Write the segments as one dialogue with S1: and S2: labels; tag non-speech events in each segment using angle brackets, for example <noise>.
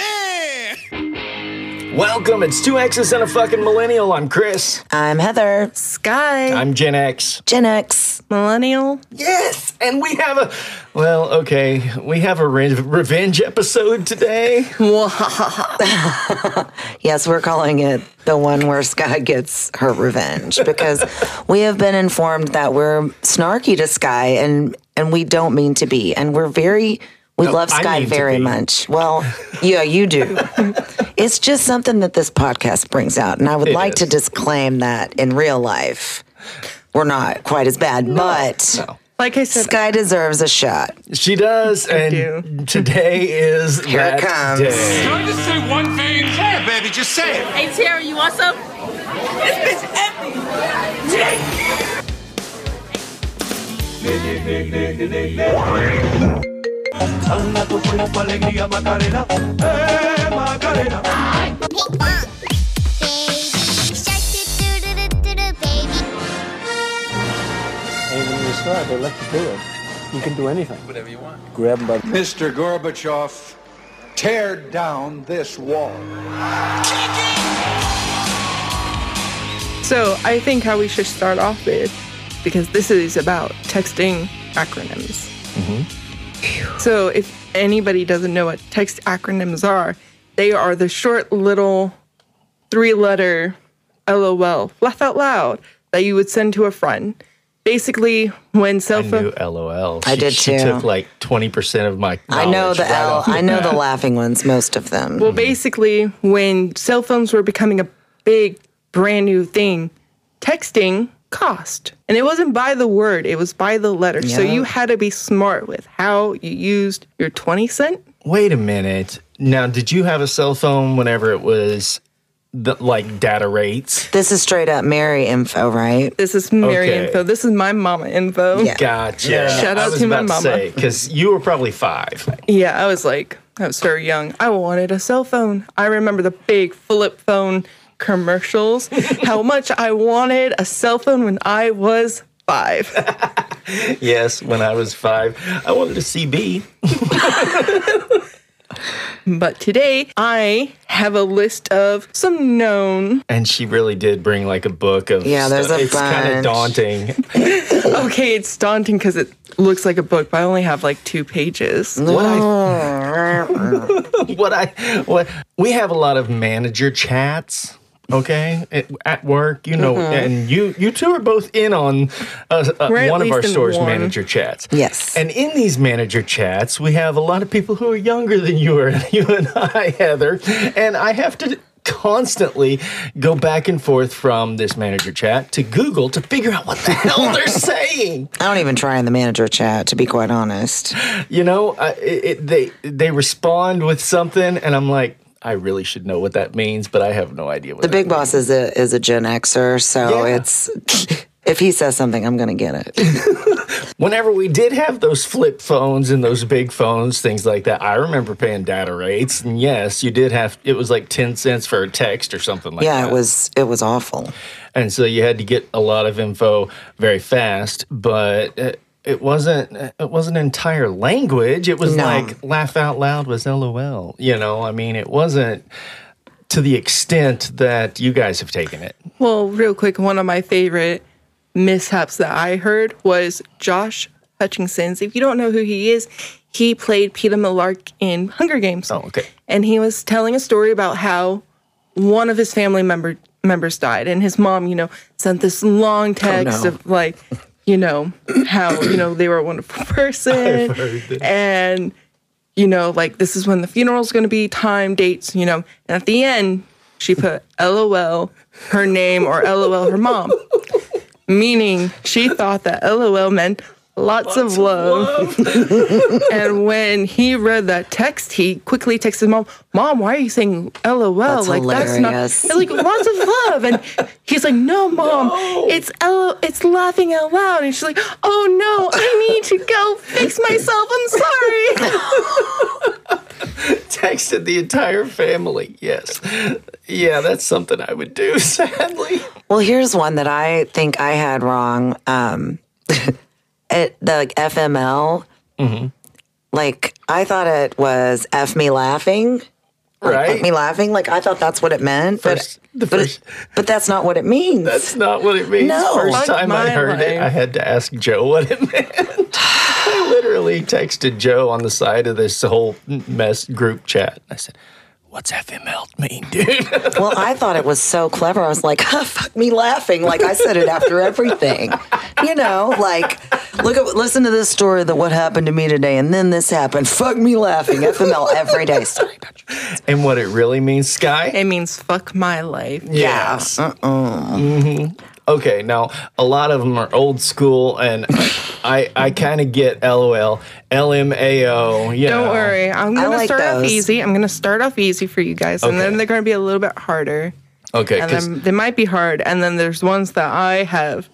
S1: Yeah!
S2: Welcome, it's two X's and a fucking millennial. I'm Chris.
S3: I'm Heather,
S4: Sky,
S2: I'm Gen X.
S3: Gen X.
S4: Millennial.
S2: Yes, and we have a well, okay, we have a re- revenge episode today.
S3: Yes, we're calling it the one where Sky gets
S2: <laughs>
S3: her revenge because we have been informed that we're snarky to Sky and and we don't mean to be, and we're very. We love
S2: I
S3: Sky
S2: mean to
S3: very
S2: be.
S3: much. Well, yeah,
S2: <laughs>
S3: you do. it's just something that this podcast brings out. And I would
S2: It
S3: like to
S2: is.
S3: disclaim that in real life, we're not quite as bad, but
S4: Like I said,
S3: Sky deserves a shot.
S2: She does, and
S4: do.
S2: today is
S3: Here
S2: that
S3: it comes.
S2: day.
S5: Can I just say one thing?
S1: Yeah, baby, just say it.
S6: Hey Tara, you want some? This bitch empty.
S7: Pink bump, baby. Shark do do do do do do, baby.
S8: Mr. Gorbachev, tear down this wall.
S4: so I think how we should start off with, because this is about texting acronyms. So if anybody doesn't know what text acronyms are, they are the short little three letter LOL, laugh out loud, that you would send to a friend. Basically, when cell
S2: I
S4: <laughs>
S2: knew
S4: phone.
S2: LOL.
S3: I
S2: She-
S3: did
S2: she
S3: too.
S2: took like twenty percent of my.
S3: I know
S2: knowledge
S3: the
S2: right
S3: L.
S2: off
S3: I know the
S2: bat.
S3: laughing ones, most of them.
S4: Well, basically, when cell phones were becoming a big, brand new thing, texting cost. And it wasn't by the word, it was by the letter. So
S3: Yeah.
S4: you had to be smart with how you used your 20 cent.
S2: Wait a minute. Now, did you have a cell phone whenever it was the, like data rates?
S3: This is straight up Mary info,
S2: <laughs>
S3: right?
S4: This is Mary
S2: Okay.
S4: info. This is my mama info.
S3: Yeah.
S2: Gotcha.
S4: Shout out
S2: I was
S4: to my
S2: about
S4: mama.
S2: because you were probably five.
S4: Yeah, I was like, I was very young. I wanted a cell phone. I remember the big flip phone
S3: <laughs>
S4: commercials, how much I wanted a cell phone when I was five.
S2: Yes, when I was five, I wanted a CB.
S4: But today I have a list of some known.
S2: And she really did bring like a book of
S3: Yeah, there's
S2: stuff.
S3: a
S2: It's kind of
S3: bunch.
S2: daunting.
S4: Okay, it's daunting because it looks like a book, but I only have like two pages.
S2: what I <laughs> what I what we have a lot of manager chats. Okay, at, at work, you know, and you you two are both in on uh, uh,
S4: Mm-hmm. We're at
S2: one of our
S4: least in
S2: store's
S4: one.
S2: manager chats.
S3: Yes.
S2: and in these manager chats, we have a lot of people who are younger than you are, <laughs> you and I, Heather, and I have to constantly go back and forth from this manager chat to Google to figure out what the hell
S4: <laughs>
S2: they're saying.
S3: I don't even try in the manager chat, to be quite honest.
S2: you know, I, it, it, they they respond with something, and I'm like, I really should know what that means, but I have no idea what
S3: The
S2: that
S3: big boss is a is a Gen Xer, so
S2: Yeah.
S3: it's <laughs> if he says something, I'm gonna get it.
S2: Whenever we did have those flip phones and those big phones, things like that, I remember paying data rates, and yes, you did have. It was like ten cents for a text or something like that.
S3: Yeah, it was it was awful.
S2: and so you had to get a lot of info very fast, but. uh it wasn't. It wasn't entire language. It was
S3: No.
S2: like laugh out loud was LOL. You know, I mean, it wasn't to the extent that you guys have taken it.
S4: Well, real quick, one of my favorite mishaps that I heard was Josh Hutchinson's. If you don't know who he is, he played Peter Millark in Hunger Games.
S2: Oh, okay. <laughs>
S4: and he was telling a story about how one of his family member members died and his mom you know sent this long text
S3: no.
S4: of like you know how you know they were a wonderful person and you know like this is when the funeral's going to be time dates you know and at the end she put lol her name or lol her mom meaning she thought that lol meant lots, of love. <laughs> And when he read that text, he quickly texted mom, "Mom, why are you saying LOL?
S3: That's
S4: like
S3: hilarious.
S4: that's not it's like lots of love." And he's like, "No, mom, it's LO, it's laughing out loud." And she's like, "Oh no, I need to go fix myself. I'm <laughs> sorry."
S2: Texted the entire family. Yes. Yeah, that's something I would do. <laughs> Sadly.
S3: Well, here's one that I think I had wrong. Um, <laughs> at the like,
S2: Mm-hmm.
S3: FML, like I thought it was F me laughing, Like,
S2: Right?
S3: Make me laughing. Like I thought that's what it meant,
S2: First- the
S3: but
S2: <laughs>
S3: but,
S2: first-
S3: it, but that's not what it means.
S2: That's not what it means.
S3: No.
S2: First
S4: Fuck
S2: time I
S4: my
S2: heard it,
S4: life.
S2: I had to ask Joe what it meant. I literally texted Joe on the side of this whole mess group chat. I said, What's FML mean, dude? <laughs>
S3: well, I thought it was so clever. I was like, <laughs> huh, fuck me laughing. Like I said it after everything. You know, like look at listen to this story that what happened to me today and then this happened. Fuck me laughing. FML every day. Sorry about you.
S2: and what it really means, Sky?
S4: It means fuck my life.
S2: Yes. Uh-uh. Okay, now a lot of them are old school, and I I kind of get LOL, LMAO. You
S4: Don't
S2: know.
S4: worry. I'm going to
S3: like
S4: start off
S3: those.
S4: easy. I'm going to start off easy for you guys. And
S2: Okay.
S4: then they're going to be a little bit harder.
S2: Okay,
S4: And
S2: 'cause-
S4: then they might be hard. And then there's ones that I have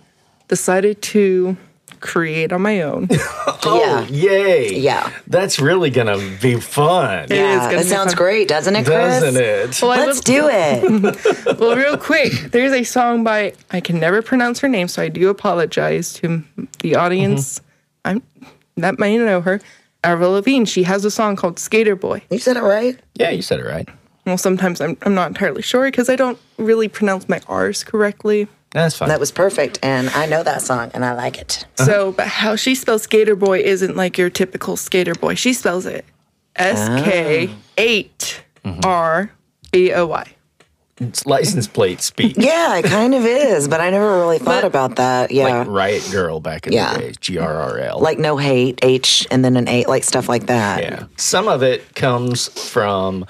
S4: decided to create on
S3: <laughs>
S4: my own.
S2: <laughs> oh,
S3: yeah.
S2: yay,
S3: Yeah.
S2: that's really gonna be fun,
S4: It is
S3: Yeah,
S4: gonna
S3: it
S4: be
S3: sounds
S4: fun.
S3: great, doesn't it, Chris?
S2: doesn't it?
S4: Well, I
S3: Let's
S4: would-
S3: do <laughs> it.
S4: Well, real quick, there's a song by I can never pronounce her name, so I do apologize to
S3: Mm-hmm.
S4: the audience. I'm that may know her. Avril Lavigne. She has a song called Skater Boy.
S3: You said it right.
S2: yeah, you said it right.
S4: Well, sometimes I'm I'm not entirely sure because I don't really pronounce my R's correctly.
S2: That's fine.
S3: That was perfect, and I know that song, and I like it.
S4: So, but how she spells Skater Boy isn't like your typical Skater Boy. She spells it S K eight R B O Y.
S2: it's license plate speak.
S3: Yeah, it kind of is, but I never really thought
S4: But-
S3: about that. Yeah,
S2: Like
S3: like,
S2: Riot Girl back in
S3: Yeah.
S2: the day, G R R L.
S3: no hate, H, and then an eight, like stuff like that.
S2: yeah. Some of it comes from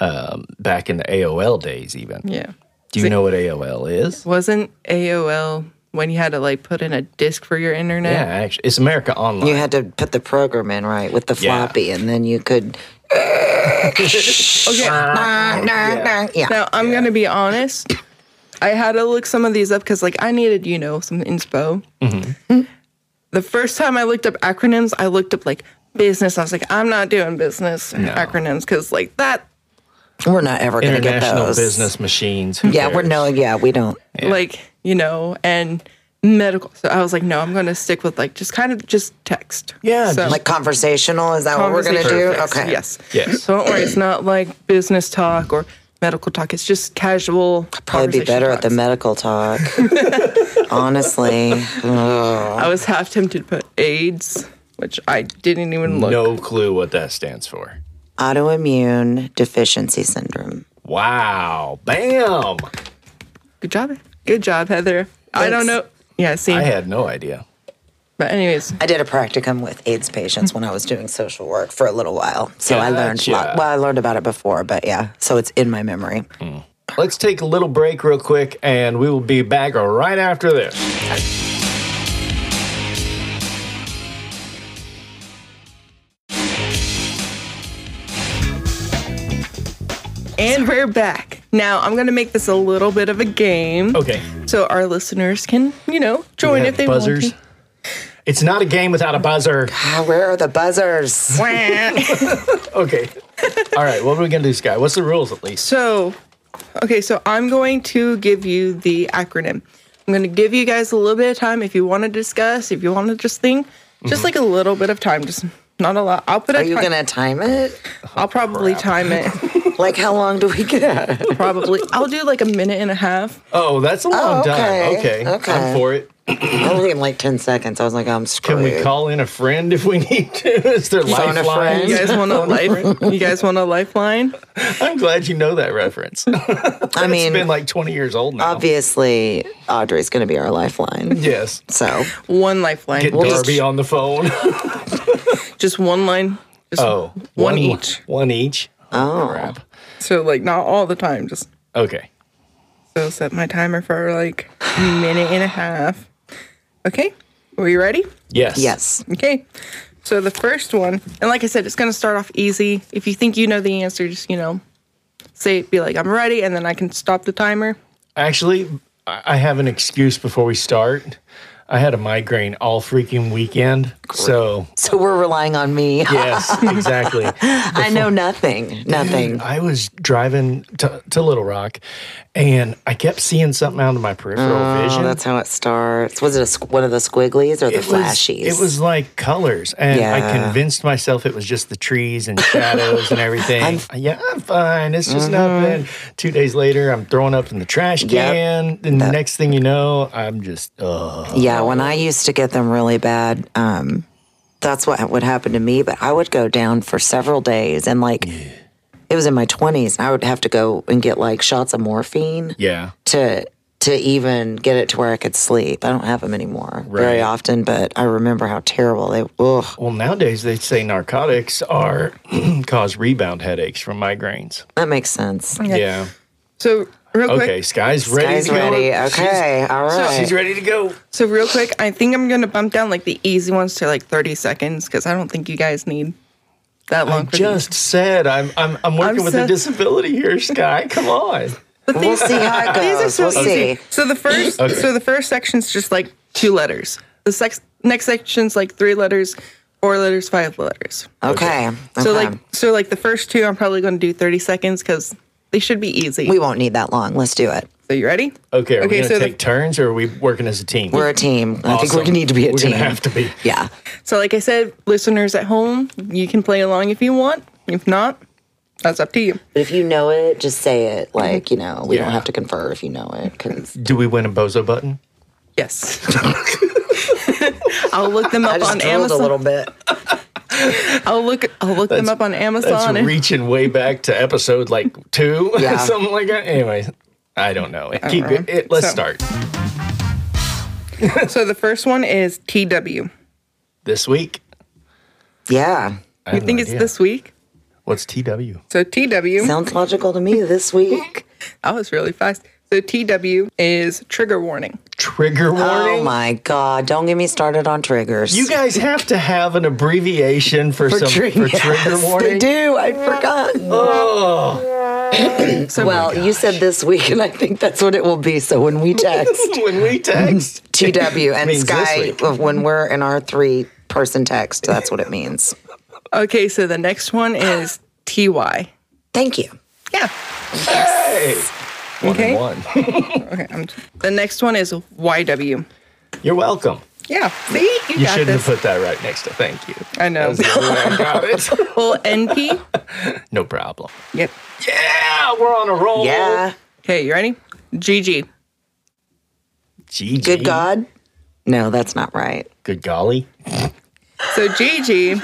S2: um, back in the AOL days, even.
S4: Yeah.
S2: Do you know what AOL is?
S4: Wasn't AOL when you had to like put in a disk for your internet?
S2: Yeah, actually, it's America Online.
S3: You had to put the program in right with the
S2: Yeah.
S3: floppy, and then you could.
S4: Okay.
S3: Nah, nah, nah. <laughs> Yeah.
S4: Now I'm gonna be honest. I had to look some of these up because like I needed, you know, some inspo. The first time I looked up acronyms, I looked up like business. I was like, I'm not doing business acronyms because like that,
S3: we're not ever going to get
S2: International
S3: those.
S2: business machines. who
S3: Yeah, we're
S2: cares?
S3: no. Yeah, we don't.
S4: like you know, and medical. So I was like, no, I'm gonna stick with like just kind of just text.
S2: Yeah,
S4: so,
S2: just
S3: Like conversational. Is that what we're going to do?
S4: conversation text,
S3: Okay.
S4: Yes.
S2: Yes.
S4: So don't worry, it's not like business talk or medical talk. It's just casual.
S3: Probably be
S4: conversation
S3: better at the
S4: talks.
S3: medical talk.
S4: <laughs>
S3: Honestly,
S4: I was half tempted to put AIDS, which I didn't even look.
S2: No clue what that stands for.
S3: autoimmune deficiency syndrome.
S2: Wow. Bam.
S4: Good job. Good job, Heather. I don't know. Yeah, see.
S2: I had no idea.
S4: but anyways,
S3: I did a practicum with AIDS patients when I was doing social work for a little while. So I learned a lot.
S2: Gotcha.
S3: Well, I learned about it before, but yeah. So it's in my memory.
S2: Let's take a little break real quick, and we will be back right after this.
S4: and we're back. Now, I'm going to make this a little bit of a game.
S2: Okay.
S4: So our listeners can, you know, join if they
S2: buzzers.
S4: want. to.
S2: It's not a game without a buzzer.
S3: Ah, where are
S2: <laughs>
S3: the buzzers?
S4: <laughs>
S2: Okay. All right. What are we gonna do, Sky? What's the rules at least?
S4: So, okay, so I'm going to give you the acronym. I'm going to give you guys a little bit of time if you want to discuss, if you want to just think, just like a little bit of time, just not a lot. I'll put a
S3: Are you
S4: ti-
S3: going to time it?
S4: I'll probably time it.
S3: Like, how long do we get?
S2: <laughs>
S4: probably. I'll do like a minute and a half.
S2: Oh, that's a long time.
S3: okay.
S2: Okay.
S3: Okay.
S2: I'm for it.
S3: Only in like 10 seconds. I was like, I'm
S2: Can
S3: screwed.
S2: we call in a friend if we need to? <laughs> Is there
S3: Phone a
S2: lifeline?
S3: friend?
S4: You guys want a life? You guys want a lifeline?
S2: <laughs> I'm glad you know that reference. it's
S3: I mean,
S2: been like 20 years old now.
S3: obviously, Audrey's going to be our lifeline.
S2: Yes. <laughs>
S3: So
S4: One lifeline.
S2: Get
S4: We'll
S2: Darby
S4: just,
S2: on the phone.
S4: just one line.
S2: <laughs>
S4: Just
S2: Oh,
S4: one
S2: one
S4: each.
S2: One each. Oh. Crap.
S4: So like not all the time. Just
S2: Okay.
S4: so set my timer for like a minute and a half. Okay, are you ready?
S2: Yes.
S3: yes.
S4: Okay. So the first one, and like I said, it's gonna start off easy. If you think you know the answer, just you know, say it. Be like, I'm ready, and then I can stop the timer.
S2: Actually, I I have an excuse before we start. I had a migraine all freaking weekend. So,
S3: So we're relying on me. <laughs>
S2: yes, exactly. <laughs>
S3: I know nothing. Nothing.
S2: I was driving to, to Little Rock and I kept seeing something out of my peripheral
S3: Oh,
S2: vision.
S3: that's how it starts. Was it a, squ- one of the squigglies or the flashies?
S2: Was, it was like colors, and I
S3: Yeah.
S2: convinced myself it was just the trees and shadows and
S3: <laughs>
S2: everything. Uh, yeah, I'm fine. It's just nothing. Two days later, I'm throwing up in the trash
S3: Mm-hmm. Yep.
S2: can, and the next thing you know, I'm just uh,
S3: Yeah, when I used to get them really bad, um, that's what would happen to me. But I would go down for several days, and like it was in my twenties, I would have to go and get like shots of morphine
S2: yeah.
S3: to to even get it to where I could sleep. I don't have them anymore very
S2: Right.
S3: often, but I remember how terrible they. Ugh,
S2: Well, nowadays they say narcotics are <clears throat> cause rebound headaches from migraines.
S3: that makes sense.
S2: Yeah.
S4: So real quick.
S2: Okay, Sky's ready.
S3: Guys,
S2: to go.
S3: ready? Okay, all right.
S2: She's ready to go.
S4: So real quick, I think I'm gonna bump down like the easy ones to like 30 seconds because I don't think you guys need that long.
S2: I
S4: for
S2: just said I'm I'm I'm working
S4: I'm
S2: with a
S4: so-
S2: disability here, Sky. Come on.
S3: we'll see how it
S4: <laughs> these. These are
S3: goes.
S4: so
S3: we'll
S4: easy.
S3: see.
S4: So the first, so the first section's just like two letters. The sex, next section's like three letters, four letters, five letters.
S3: Okay.
S4: So
S3: okay.
S4: like, so like the first two, I'm probably gonna do 30 seconds because they should be easy.
S3: we won't need that long. Let's do it.
S4: so you ready?
S2: Okay, are we gonna
S4: so the-
S2: take turns or are we working as a team?
S3: We're a team. I think
S2: Awesome.
S3: we're gonna need to be a
S2: We're
S3: team.
S2: gonna have to be.
S3: Yeah.
S4: So, like I said, listeners at home, you can play along if you want. If not, that's up to you.
S3: But if you know it, just say it. Like, you know, we
S2: Yeah.
S3: don't have to confer if you know it. Because
S2: Do we win a bozo button?
S4: Yes. <laughs> I'll look them up on Amazon.
S3: bit.
S4: I'll look. I'll look them up on
S2: That's
S4: Amazon. and-
S2: reaching way back to episode like two,
S3: Yeah.
S2: something like that. Anyway, I don't know. Keep it, it. Let's
S4: So-
S2: start
S4: so the first one is TW.
S2: this week.
S3: Yeah.
S2: I
S4: You
S2: have no
S4: think it's
S2: idea.
S4: this week?
S2: What's TW?
S4: So TW.
S3: Sounds logical to me this week.
S4: That was really fast. So TW is trigger warning.
S2: Trigger warning.
S3: Oh my God. Don't get me started on triggers.
S2: You guys have to have an abbreviation for, some
S3: trigger-
S2: for trigger
S3: They
S2: warning. Oh.
S3: do. I forgot. <clears throat> well, you said this week, and I think that's what it will be. So when
S2: <laughs>
S3: we text
S2: <laughs> when we text.
S3: TW and
S2: Means this
S3: Sky, uh,
S2: week.
S3: when we're in our three person text, that's what it means.
S4: Okay. So the next one is TY.
S3: Thank you.
S4: Yeah.
S2: Hey. One
S4: Okay.
S2: and one.
S4: Okay. I'm the next one is YW.
S2: You're welcome.
S4: Yeah. See, you,
S2: You
S4: got
S2: shouldn't
S4: this.
S2: have put that right next to thank you. <laughs>
S4: I know.
S2: I got it.
S4: Well, NP.
S2: <laughs> No problem.
S4: Yep.
S2: Yeah, we're on a roll.
S3: Yeah.
S4: Okay, you ready? GG.
S2: GG.
S3: Good God. No, that's not right.
S2: Good golly.
S4: So GG,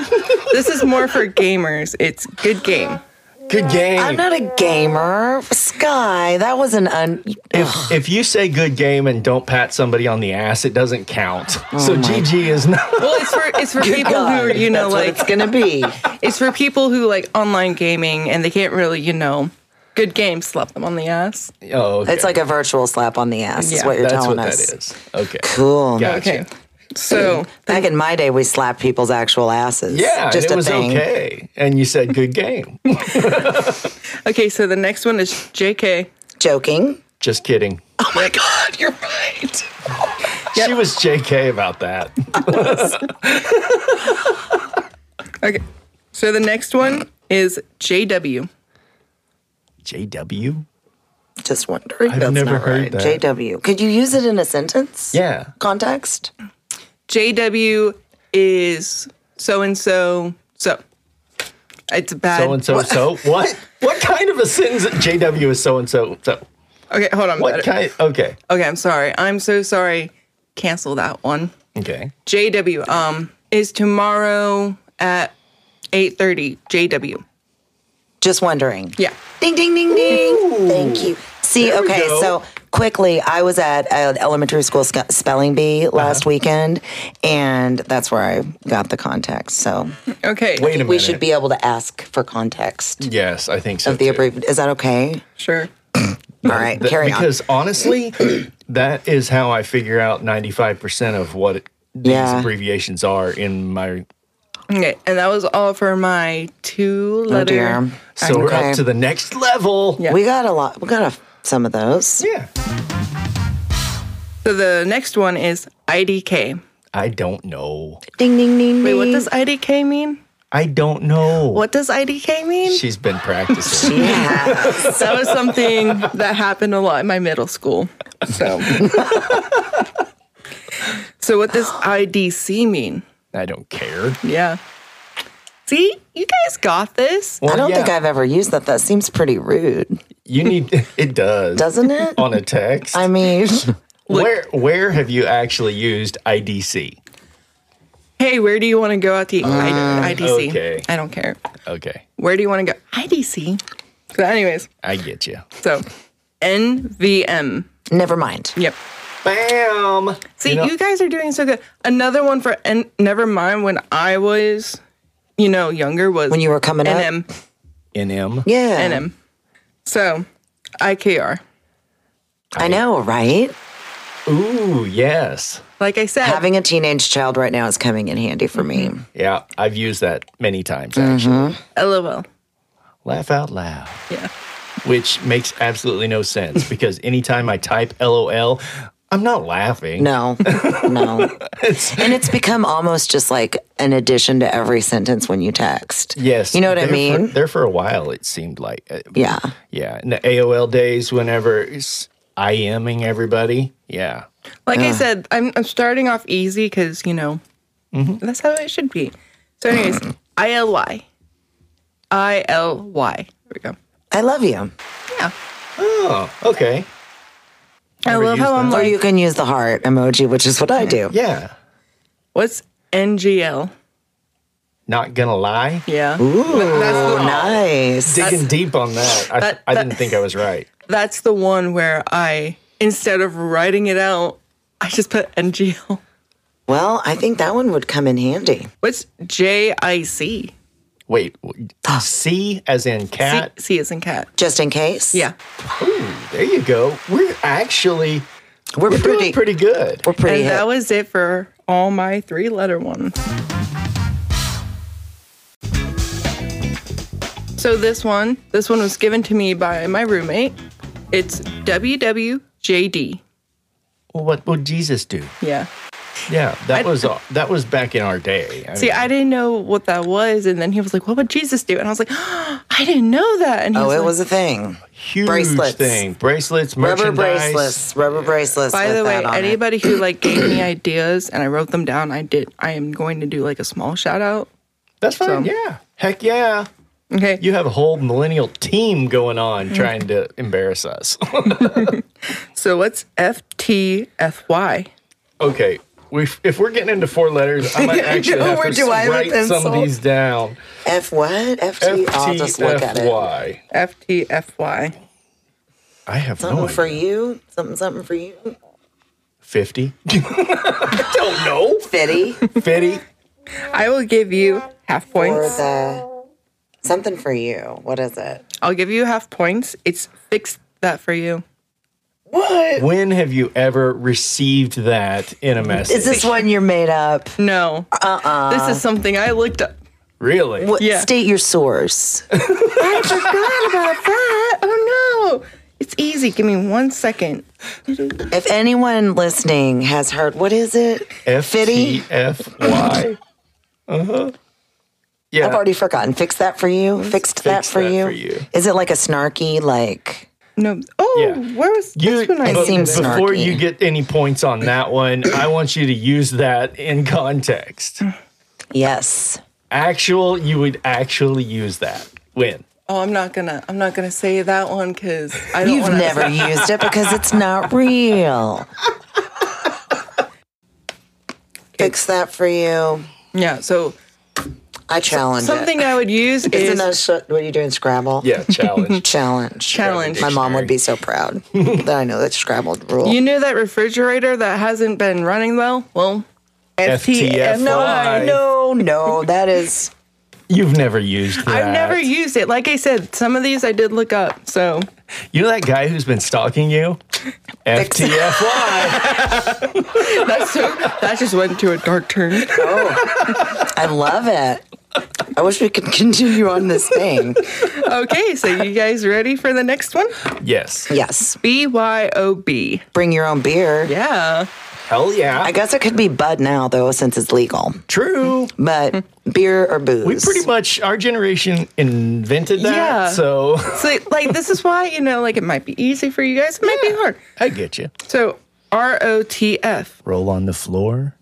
S4: this is more for gamers. It's good game.
S2: Good game.
S3: I'm not a gamer. Sky, that was an un.
S2: if, if you say good game and don't pat somebody on the ass, it doesn't count.
S3: Oh
S2: so GG is not. <laughs>
S4: Well, it's for it's for people who are you know
S3: That's what
S4: like
S3: it's gonna be.
S4: it's for people who like online gaming and they can't really you know good game slap them on the ass.
S2: Oh, okay.
S3: <laughs> It's like a virtual slap on the ass. Is
S4: Yeah.
S3: what you're
S2: That's
S3: telling
S2: what
S3: us.
S2: that is. Okay.
S3: Cool.
S2: Gotcha.
S4: Okay, so
S3: Back in my day, we slapped people's actual asses.
S2: Yeah, and
S3: just
S2: it
S3: a
S2: was
S3: thing.
S2: okay. And you said good game.
S4: okay, so the next one is JK.
S3: Joking.
S2: Just
S3: <laughs>
S2: kidding.
S3: Oh my God, you're right.
S2: She was JK about that.
S4: Okay, so the next one is JW.
S2: JW?
S3: Just wondering.
S2: I've
S3: That's
S2: never
S3: not
S2: heard
S3: right.
S2: that.
S3: JW. Could you use it in a sentence?
S2: Yeah.
S3: Context.
S4: JW is so and so so. It's bad.
S2: So and so, so
S3: <laughs>
S2: what? What kind of a sentence? JW is so and so, so
S4: Okay, hold on.
S2: what kind? Okay,
S4: Okay, I'm sorry. I'm so sorry. Cancel that one.
S2: okay.
S4: JW um is tomorrow at 8:30. JW.
S3: Just wondering.
S4: Yeah.
S3: Ding, ding, ding, ding. Thank you. See,
S2: we
S3: okay,
S2: go.
S3: so quickly, I was at an elementary school sc- spelling bee
S2: Uh-huh.
S3: last weekend, and that's where I got the context. So
S4: Okay.
S2: Wait a minute.
S3: we should be able to ask for context
S2: Yes, I think so.
S3: of the
S2: too.
S3: abbreviation. Is that okay?
S4: Sure.
S3: All right,
S2: Th-
S3: carry
S2: because honestly, <clears throat> that is how I figure out ninety-five percent of what it, these
S3: Yeah.
S2: abbreviations are in my.
S4: Okay, and that was all for my two
S3: on. Oh,
S4: letter.
S3: dear.
S2: So we're
S3: Okay.
S2: up to the next level.
S4: Yeah.
S3: We got a lot. We got a, some of those.
S2: Yeah.
S4: So the next one is IDK.
S2: I don't know.
S3: Ding, ding, ding, ding.
S4: Wait, what does IDK mean?
S2: I don't know.
S4: What does IDK mean?
S2: She's been
S3: <laughs>
S4: <laughs>
S2: practicing.
S3: Yeah.
S4: that was something that happened a lot in my middle school.
S3: <laughs>
S4: So, so what does IDC mean?
S2: I don't care.
S4: Yeah. See, you guys got this.
S3: I don't
S2: yeah,
S3: think I've ever used that. That seems pretty rude,
S2: You need. <laughs> It does. <laughs>
S3: doesn't it?
S2: on a text.
S3: I mean,
S2: where where have you actually used IDC?
S4: Hey, where do you want to go out to eat? I,
S3: Mm,
S4: IDC.
S2: okay.
S4: I don't care.
S2: Okay,
S4: Where do you want to go? IDC. So, anyways,
S2: I get you.
S4: so NVM.
S3: never mind.
S4: Yep.
S2: Bam.
S4: See,
S2: You
S4: you,
S2: know-
S4: guys are doing so good. Another one for and never mind when I was, you know, younger was
S3: When you were coming up,
S4: NM.
S2: NM.
S3: yeah,
S4: NM. So, IKR.
S3: I know, right?
S2: Ooh, yes.
S4: Like I said,
S3: Having a teenage child right now is coming in handy for me.
S4: Mm-hmm.
S2: Yeah, I've used that many times actually.
S4: LOL.
S3: Mm-hmm.
S2: Laugh out loud.
S4: Yeah.
S2: Which makes absolutely no sense because anytime I type LOL, I'm not laughing.
S4: <laughs>
S3: No, no. and it's become almost just like an addition to every sentence when you text.
S2: Yes.
S3: You know what I
S2: there for-
S3: mean?
S2: there for a while, it seemed like. uh,
S3: yeah.
S2: Yeah. In the AOL days, whenever it's IMing everybody. Yeah.
S4: Like I said, I'm, I'm starting off easy because, you know, that's how it should be. So, anyways, ILY. ILY. There we go.
S3: I love you.
S4: Yeah.
S2: Oh, okay.
S4: I
S2: Never
S4: love
S2: used
S4: how I'm
S2: that.
S3: Or
S4: like,
S3: you can use the heart emoji, which is what I do.
S2: Yeah.
S4: what's NGL?
S2: Not gonna lie.
S4: Yeah.
S3: Ooh, nice.
S2: Digging deep on that, I,
S4: that-
S2: I
S4: that-
S2: didn't think I was right.
S4: That's the one where I, instead of writing it out, I just put NGL.
S3: Well, I think that one would come in handy.
S4: <laughs> What's JIC?
S2: Wait, w-
S3: Oh.
S2: C as in
S4: C,
S2: cat.
S4: C is in cat.
S3: Just in case.
S4: Yeah.
S2: There you go. We're actually
S3: We're,
S2: pretty
S3: pretty,
S2: pretty good.
S3: We're pretty
S4: and
S3: hip.
S4: that was it for all my three letter ones. So this one, this one was given to me by my roommate. It's WWJD.
S2: Well, what would Jesus do?
S4: Yeah.
S2: Yeah, that
S4: I-
S2: was uh, that was back in our day. I
S4: See,
S2: mean,
S4: I didn't know what that was, and then he was like, "What would Jesus do?" And I was like, <gasps> "I didn't know that." And he
S3: Oh,
S4: was
S3: it
S4: like,
S3: was a thing.
S2: huge
S3: bracelets.
S2: thing, bracelets,
S3: Rubber
S2: merchandise.
S3: bracelets. Rubber bracelets.
S4: By
S3: with
S4: the way,
S3: that on it.
S4: anybody who like gave
S3: <clears throat>
S4: me ideas and I wrote them down, I did. I am going to do like a small shout out.
S2: That's fine. yeah, heck yeah.
S4: Okay.
S2: You have a whole millennial team going
S3: Mm.
S2: on trying to embarrass us. <laughs>
S4: so what's FTFY?
S2: okay, we if we're getting into four letters,
S3: <laughs>
S2: I might actually
S4: know,
S2: have
S4: we're
S2: to
S4: doing
S2: write
S4: with
S2: some of
S4: insult.
S2: these down.
S3: F what? FT? I'll just look at it.
S2: FTFY.
S4: FTFY.
S2: I have no
S3: Something
S2: idea.
S3: for you. Something, something for you. <laughs>
S2: Fifty. I don't know.
S3: Fitty
S2: Fifty.
S4: I will give you half
S3: or
S4: points.
S3: the something for you. What is it?
S4: I'll give you half points. It's fixed that for you.
S3: What?
S2: When have you ever received that in a message?
S3: Is this one you're made up?
S4: No. Uh uh
S3: Uh-uh.
S4: This is something I looked up.
S2: really?
S3: What,
S4: Yeah.
S3: State your source.
S4: Ah, oh no. It's easy. Give me one second.
S3: If anyone listening has heard, what is it? Fitty?
S2: F-T-F-Y. Uh-huh. Yeah.
S3: I've already forgotten. Fix that for you. Fixed that, for,
S2: that
S3: you.
S2: for you.
S3: Is it like a snarky like?
S4: No. Oh,
S2: Yeah.
S4: where was
S2: you,
S4: this one? I
S2: but
S3: seems
S2: before
S3: snarky.
S2: you get any points on that one, I want you to use that in context.
S3: Yes.
S2: Actual, you would actually use that. When?
S4: Oh, I'm not gonna. I'm not gonna say that one because I don't.
S3: You've
S4: wanna,
S3: never used it because it's
S4: <laughs>
S3: not real. Fix that for you.
S4: Yeah. So
S3: I challenge
S4: something
S3: it.
S4: I would use
S3: Isn't
S4: is
S3: that sh- what you do in Scrabble?
S2: Yeah,
S3: <laughs>
S2: challenge.
S3: Challenge.
S4: Challenge.
S3: My mom would be
S2: <laughs>
S3: so proud that I know that Scrabble rule.
S4: you know that refrigerator that hasn't been running well. Well,
S2: FTFY.
S4: FTFY.
S3: no, no, no. That is
S2: You've never used that.
S4: I've never used it. Like I said, some of these I did look up. So
S2: You know that guy who's been stalking you? FTFY.
S4: that's so, that just went to a dark turn.
S3: oh, <laughs> I love it. I wish we could continue on this thing.
S4: Okay, so you guys ready for the next one?
S2: yes.
S3: Yes.
S4: B Y O B.
S3: Bring your own beer.
S4: Yeah.
S2: Hell yeah.
S3: I guess it could be bud now though, since it's legal.
S2: True.
S3: But beer or booze.
S2: We pretty much our generation invented that.
S4: Yeah.
S2: So <laughs>
S4: So, like, this is why, you know, like, it might be easy for you guys, it might be hard.
S2: I get you.
S4: So, ROTF,
S2: Roll on the floor.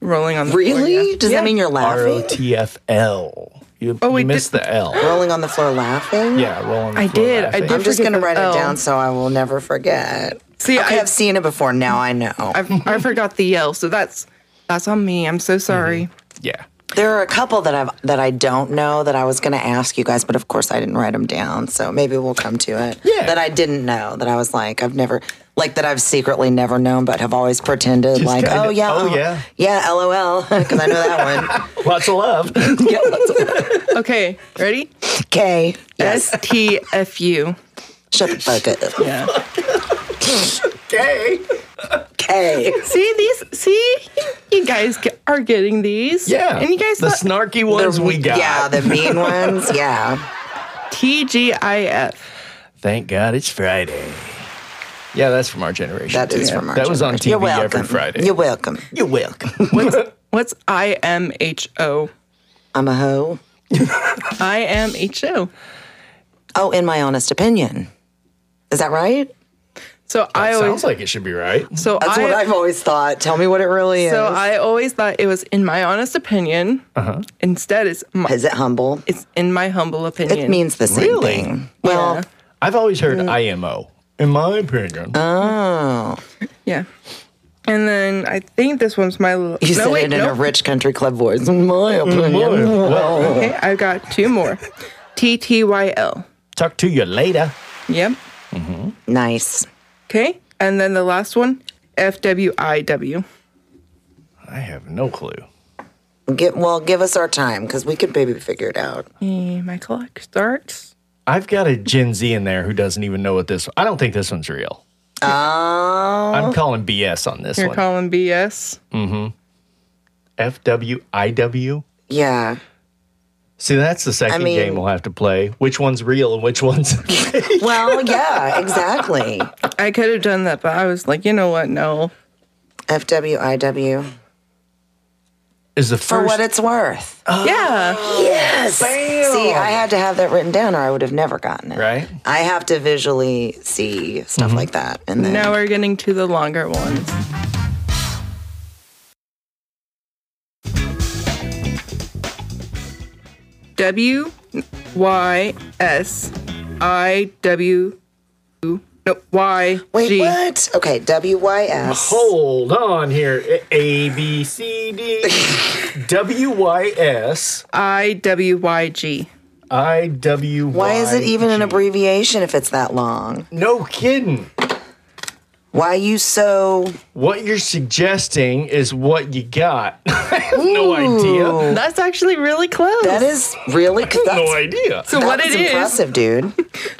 S4: rolling on the floor,
S3: really?
S4: yeah.
S3: Does
S4: Yeah.
S3: that mean you're
S2: R O
S3: laughing?
S2: T F L. You,
S4: Oh,
S2: you
S4: we
S2: missed
S4: did-
S2: the L.
S3: Rolling on the floor laughing?
S2: Yeah, roll on the
S4: I
S2: floor.
S4: did, I
S2: laughing.
S4: did.
S3: I'm just
S4: forget
S3: gonna
S4: the
S3: write it
S4: L.
S3: down so I will never forget.
S4: See,
S3: okay,
S4: I-
S3: I've seen it before. Now I know.
S4: I've, I forgot the yell, so that's that's on me. I'm so sorry.
S2: Yeah.
S3: there are a couple that I've that I don't know that I was gonna ask you guys, but of course I didn't write them down. So maybe we'll come to it.
S2: Yeah.
S3: That I didn't know that I was like I've never like that I've secretly never known, but have always pretended
S2: Just
S3: like
S2: kinda-
S3: oh yeah,
S2: oh, yeah.
S3: yeah, lol, <laughs> because I
S2: <laughs>
S3: know that one.
S2: Lots of love.
S3: yeah, that's-
S4: Okay, ready?
S3: okay. Yes.
S4: S T F U.
S3: Shut the fuck up.
S4: Yeah.
S2: okay.
S3: Okay.
S4: See these? See, you guys get, are getting these.
S2: Yeah.
S4: And you
S2: <laughs>
S4: guys
S2: the
S4: thought
S2: snarky ones we got.
S3: Yeah, the
S2: <laughs>
S3: mean ones. Yeah.
S4: T G I F.
S2: Thank God it's Friday. Yeah, that's from our generation.
S3: That is
S2: too.
S3: from our
S2: That was on
S3: generation. You're
S2: TV every
S3: welcome.
S2: Friday.
S3: You're welcome.
S2: You're welcome.
S4: What's what's I M H O?
S3: I'm a hoe.
S4: I M H O.
S3: Oh, in my honest opinion. Is that right?
S4: So I always
S2: Sounds like it should be right.
S4: so
S3: That's
S4: I
S3: what I've always thought. Tell me what it really
S4: so
S3: is.
S4: I always thought it was in my honest opinion. Uh-huh. Instead, it's my,
S3: is it humble?
S4: it's in my humble opinion.
S3: It means the same
S2: Really?
S3: thing. Well,
S4: Yeah.
S2: I've always heard IMO. In my opinion.
S4: Yeah. And then I think this one's my. l-
S3: you
S4: no,
S3: said
S4: wait,
S3: it in
S4: no.
S3: a rich country club voice. In my
S2: <laughs>
S3: opinion.
S2: well,
S4: Okay, I've got
S3: <laughs>
S4: two more. T T Y L.
S2: talk to you later.
S4: Yep.
S3: Nice.
S4: Okay. And then the last one, F W I W.
S2: I have no clue.
S3: Get, well, give us our time because we could maybe figure it out.
S4: My clock starts.
S2: I've got a Gen Z in there who doesn't even know what this. I don't think this one's real. Oh. I'm calling BS on this
S4: You're
S2: one.
S4: calling BS.
S2: FWIW.
S3: Yeah.
S2: See, that's the second
S3: mean-
S2: game we'll have to play. Which one's real and which one's <laughs>
S3: Well, yeah, exactly.
S4: I could have done that, but I was like, you know what?
S3: <gasps>
S4: No.
S3: FWIW.
S2: is the first.
S3: For what it's worth.
S4: Oh, yeah.
S3: Yes. See, I had to have that written down, or I would have never gotten it.
S2: Right.
S3: I have to visually see stuff like that, and then
S4: Now we're getting to the longer ones. W Y S I W no Y
S3: wait,
S4: G.
S3: what? Okay, W Y S.
S2: Hold on here. A B C
S3: <laughs>
S2: D W Y S
S4: I W Y G.
S2: I W.
S3: Why is it even an abbreviation if it's that long?
S2: No kidding.
S3: Why you so?
S2: What you're suggesting is what you got. <laughs> I have no idea.
S4: That's actually really close.
S3: That is really. That's,
S2: No idea.
S4: so
S3: that
S4: what
S3: was
S4: it is.
S3: impressive, dude.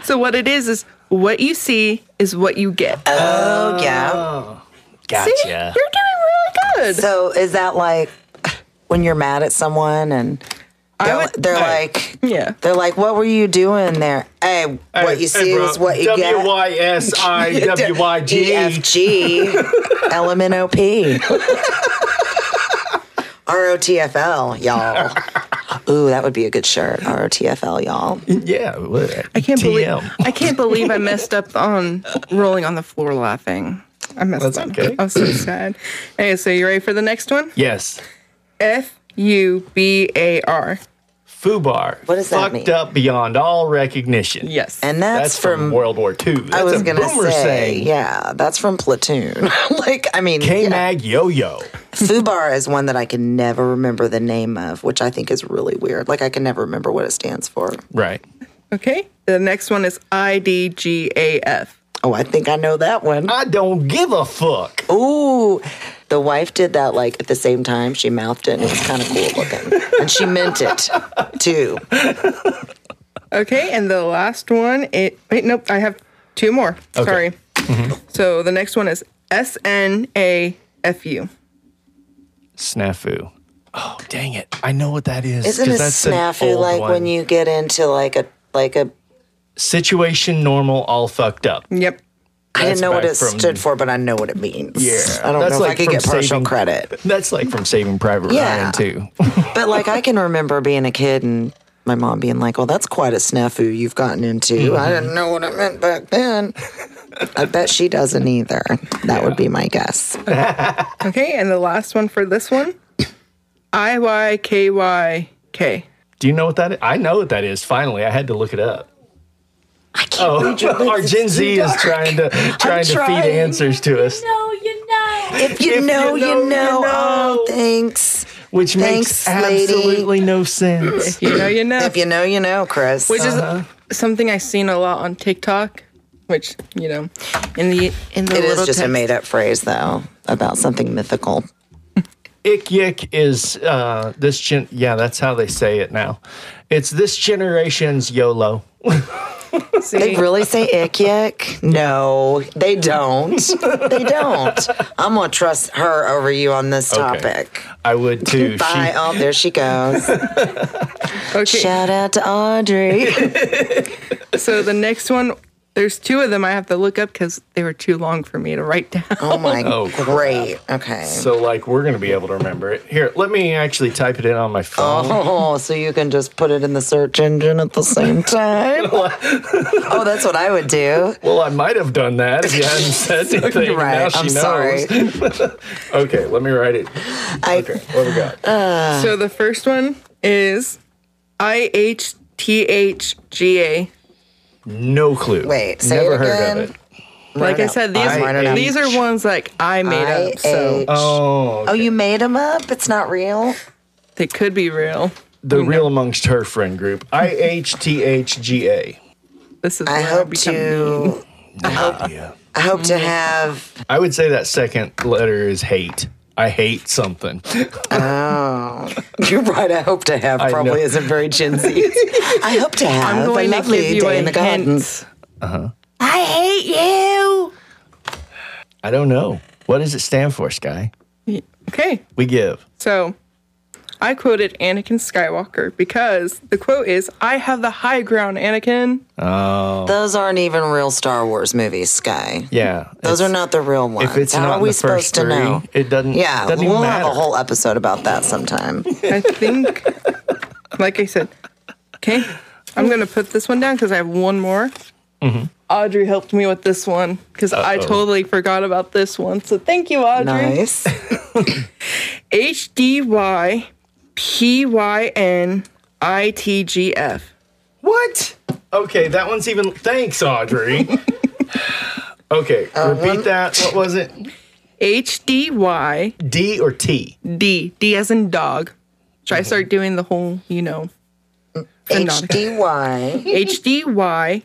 S4: So what it is is what you see is what you get.
S3: Oh yeah.
S2: Gotcha.
S4: See, you're doing really good.
S3: So is that like when you're mad at someone and
S4: I
S3: they're,
S4: would-
S3: they're
S2: Hey.
S3: like,
S4: yeah.
S3: they're like, what were you doing there? Hey, what you see is what you get.
S2: W Y S I W Y G.
S3: EFG, LMNOP, ROTFL, y'all. Ooh, that would be a good shirt. ROTFL, y'all.
S2: <laughs> Yeah.
S4: I can't believe I can't believe I messed up on rolling on the floor laughing. I messed
S2: That's
S4: up.
S2: okay.
S4: I was so sad. Okay, so you ready for the next one?
S2: Yes.
S4: F U B A R.
S2: Fubar.
S3: What does that
S2: Fucked
S3: mean?
S2: up beyond all recognition.
S4: Yes.
S3: And that's,
S2: That's from, World War II. That's
S3: I was
S2: a
S3: gonna
S2: boomer
S3: say,
S2: saying.
S3: yeah, that's from Platoon. <laughs> like, I mean,
S2: K
S3: yeah.
S2: Mag Yo Yo.
S3: Fubar is one that I can never remember the name of, which I think is really weird. Like, I can never remember what it stands for.
S2: Right.
S4: Okay. The next one is I D G A F.
S3: Oh, I think I know that one.
S2: I don't give a fuck.
S3: Oh. Ooh, the wife did that like at the same time. She mouthed it, and it was kind of cool looking, and she meant it too.
S4: Okay, and the last one it wait, nope, I have two more. Sorry.
S2: Mm-hmm.
S4: So the next one is S N A F U.
S2: Snafu. Oh, dang it. I know what that is.
S3: Isn't
S2: 'cause
S3: a
S2: that's an
S3: snafu
S2: old
S3: like
S2: one.
S3: when you get into like a like a
S2: Situation normal, all fucked up.
S4: Yep.
S3: I
S2: That's
S3: didn't know what
S2: back
S3: it
S2: from-
S3: stood for, but I know what it means.
S2: Yeah,
S3: I don't
S2: that's
S3: know if I
S2: like
S3: could
S2: from
S3: get partial
S2: saving-
S3: credit.
S2: That's like from Saving Private
S3: Yeah.
S2: Ryan too.
S3: But like I can remember being a kid and my mom being like, "Well, that's quite a snafu you've gotten into." I didn't know what it meant back then. I bet she doesn't either. That would be my guess.
S4: Okay, and the last one for this one I Y K Y K.
S2: Do you know what that is? I know what that is. Finally, I had to look it up. I can't oh, <laughs> our Gen Z is trying to trying to feed
S3: trying.
S2: answers to us,
S6: No, you know.
S3: If you
S2: If you
S3: know, you know.
S2: know, you
S3: Oh,
S2: know.
S3: thanks.
S2: which
S3: Thanks,
S2: makes
S3: lady.
S2: absolutely no sense.
S4: If you know, you know.
S3: If you know, you know, Chris. Uh,
S4: which is something I've seen a lot on TikTok, which, you know, in the in the
S3: it is
S4: little
S3: just a
S4: text-
S3: made-up phrase though about something mythical.
S2: Ick yik is uh, this gen. Yeah, that's how they say it now. It's this generation's YOLO.
S3: They really say ick yick? No, they don't. they don't. I'm gonna trust her over you on this
S2: Okay.
S3: topic.
S2: I would too.
S3: Bye.
S2: She,
S3: Oh, there she goes.
S4: Okay.
S3: Shout out
S2: <laughs>
S3: to Audrey.
S4: So the next one, there's two of them I have to look up because they were too long for me to write down.
S3: Oh my,
S2: Oh, crap.
S3: great. Okay.
S2: so like we're gonna be able to remember it. Here, let me actually type it in on my phone.
S3: <laughs> Oh, so you can just put it in the search engine at the
S2: <laughs>
S3: same time. oh, that's what I would do.
S2: Well, I might have done that if you
S3: <laughs>
S2: hadn't said anything. Now
S3: Right.
S2: she
S3: I'm
S2: knows.
S3: sorry.
S2: Okay, let me write it.
S3: I, Uh,
S2: Okay, what we got?
S3: Oh.
S4: So the first one is I H T H G A.
S2: No clue.
S3: Wait, say
S2: never
S3: it
S2: heard
S3: again.
S2: of it.
S4: Like I
S3: out.
S4: said, these
S2: I'm writing out.
S4: these are ones like I made
S3: I
S4: up, so
S3: H-
S2: Oh,
S3: Oh, you made them up? It's not real?
S4: they could be real.
S2: the real amongst her friend
S3: <laughs>
S2: group. I H T H G A.
S4: This is
S3: I
S4: where I
S3: hope
S4: become mean.
S3: to.
S2: Yeah.
S3: I hope
S2: Mm.
S3: to have <laughs>
S2: I would say that second letter is hate. I hate something.
S3: You're right. I hope to have
S2: I
S3: probably
S2: know.
S3: isn't very
S2: <laughs>
S3: Gen Z. I hope to have
S4: I'm going
S3: a
S4: to
S3: lovely
S4: give you
S3: day
S4: a
S3: in the gardens.
S4: hint.
S3: I hate you.
S2: I don't know. What does it stand for, Sky?
S4: Okay,
S2: We give.
S4: so I quoted Anakin Skywalker because the quote is, "I have the high ground, Anakin."
S2: Oh.
S3: Those aren't even real Star Wars movies, Sky.
S2: Yeah.
S3: Those
S2: it's-
S3: are not the real ones.
S2: If it's
S3: How
S2: not
S3: are
S2: in
S3: we
S2: the
S3: supposed
S2: first
S3: to know?
S2: three, it doesn't.
S3: Yeah,
S2: doesn't
S3: we'll
S2: even
S3: have a
S2: matter.
S3: whole episode about that <laughs> sometime.
S4: I think, like I said, okay, I'm gonna put this one down because I have one more. Audrey helped me with this one because I totally forgot about this one. So thank you, Audrey.
S3: nice.
S4: H D Y P Y N I T G F.
S2: What? Okay, that one's even. Thanks, Audrey. okay, repeat that. What was it?
S4: H D Y
S2: D or T?
S4: D. D as in dog. Should I start doing the whole, you know,
S3: H
S4: phonetic?
S3: D Y
S4: H D Y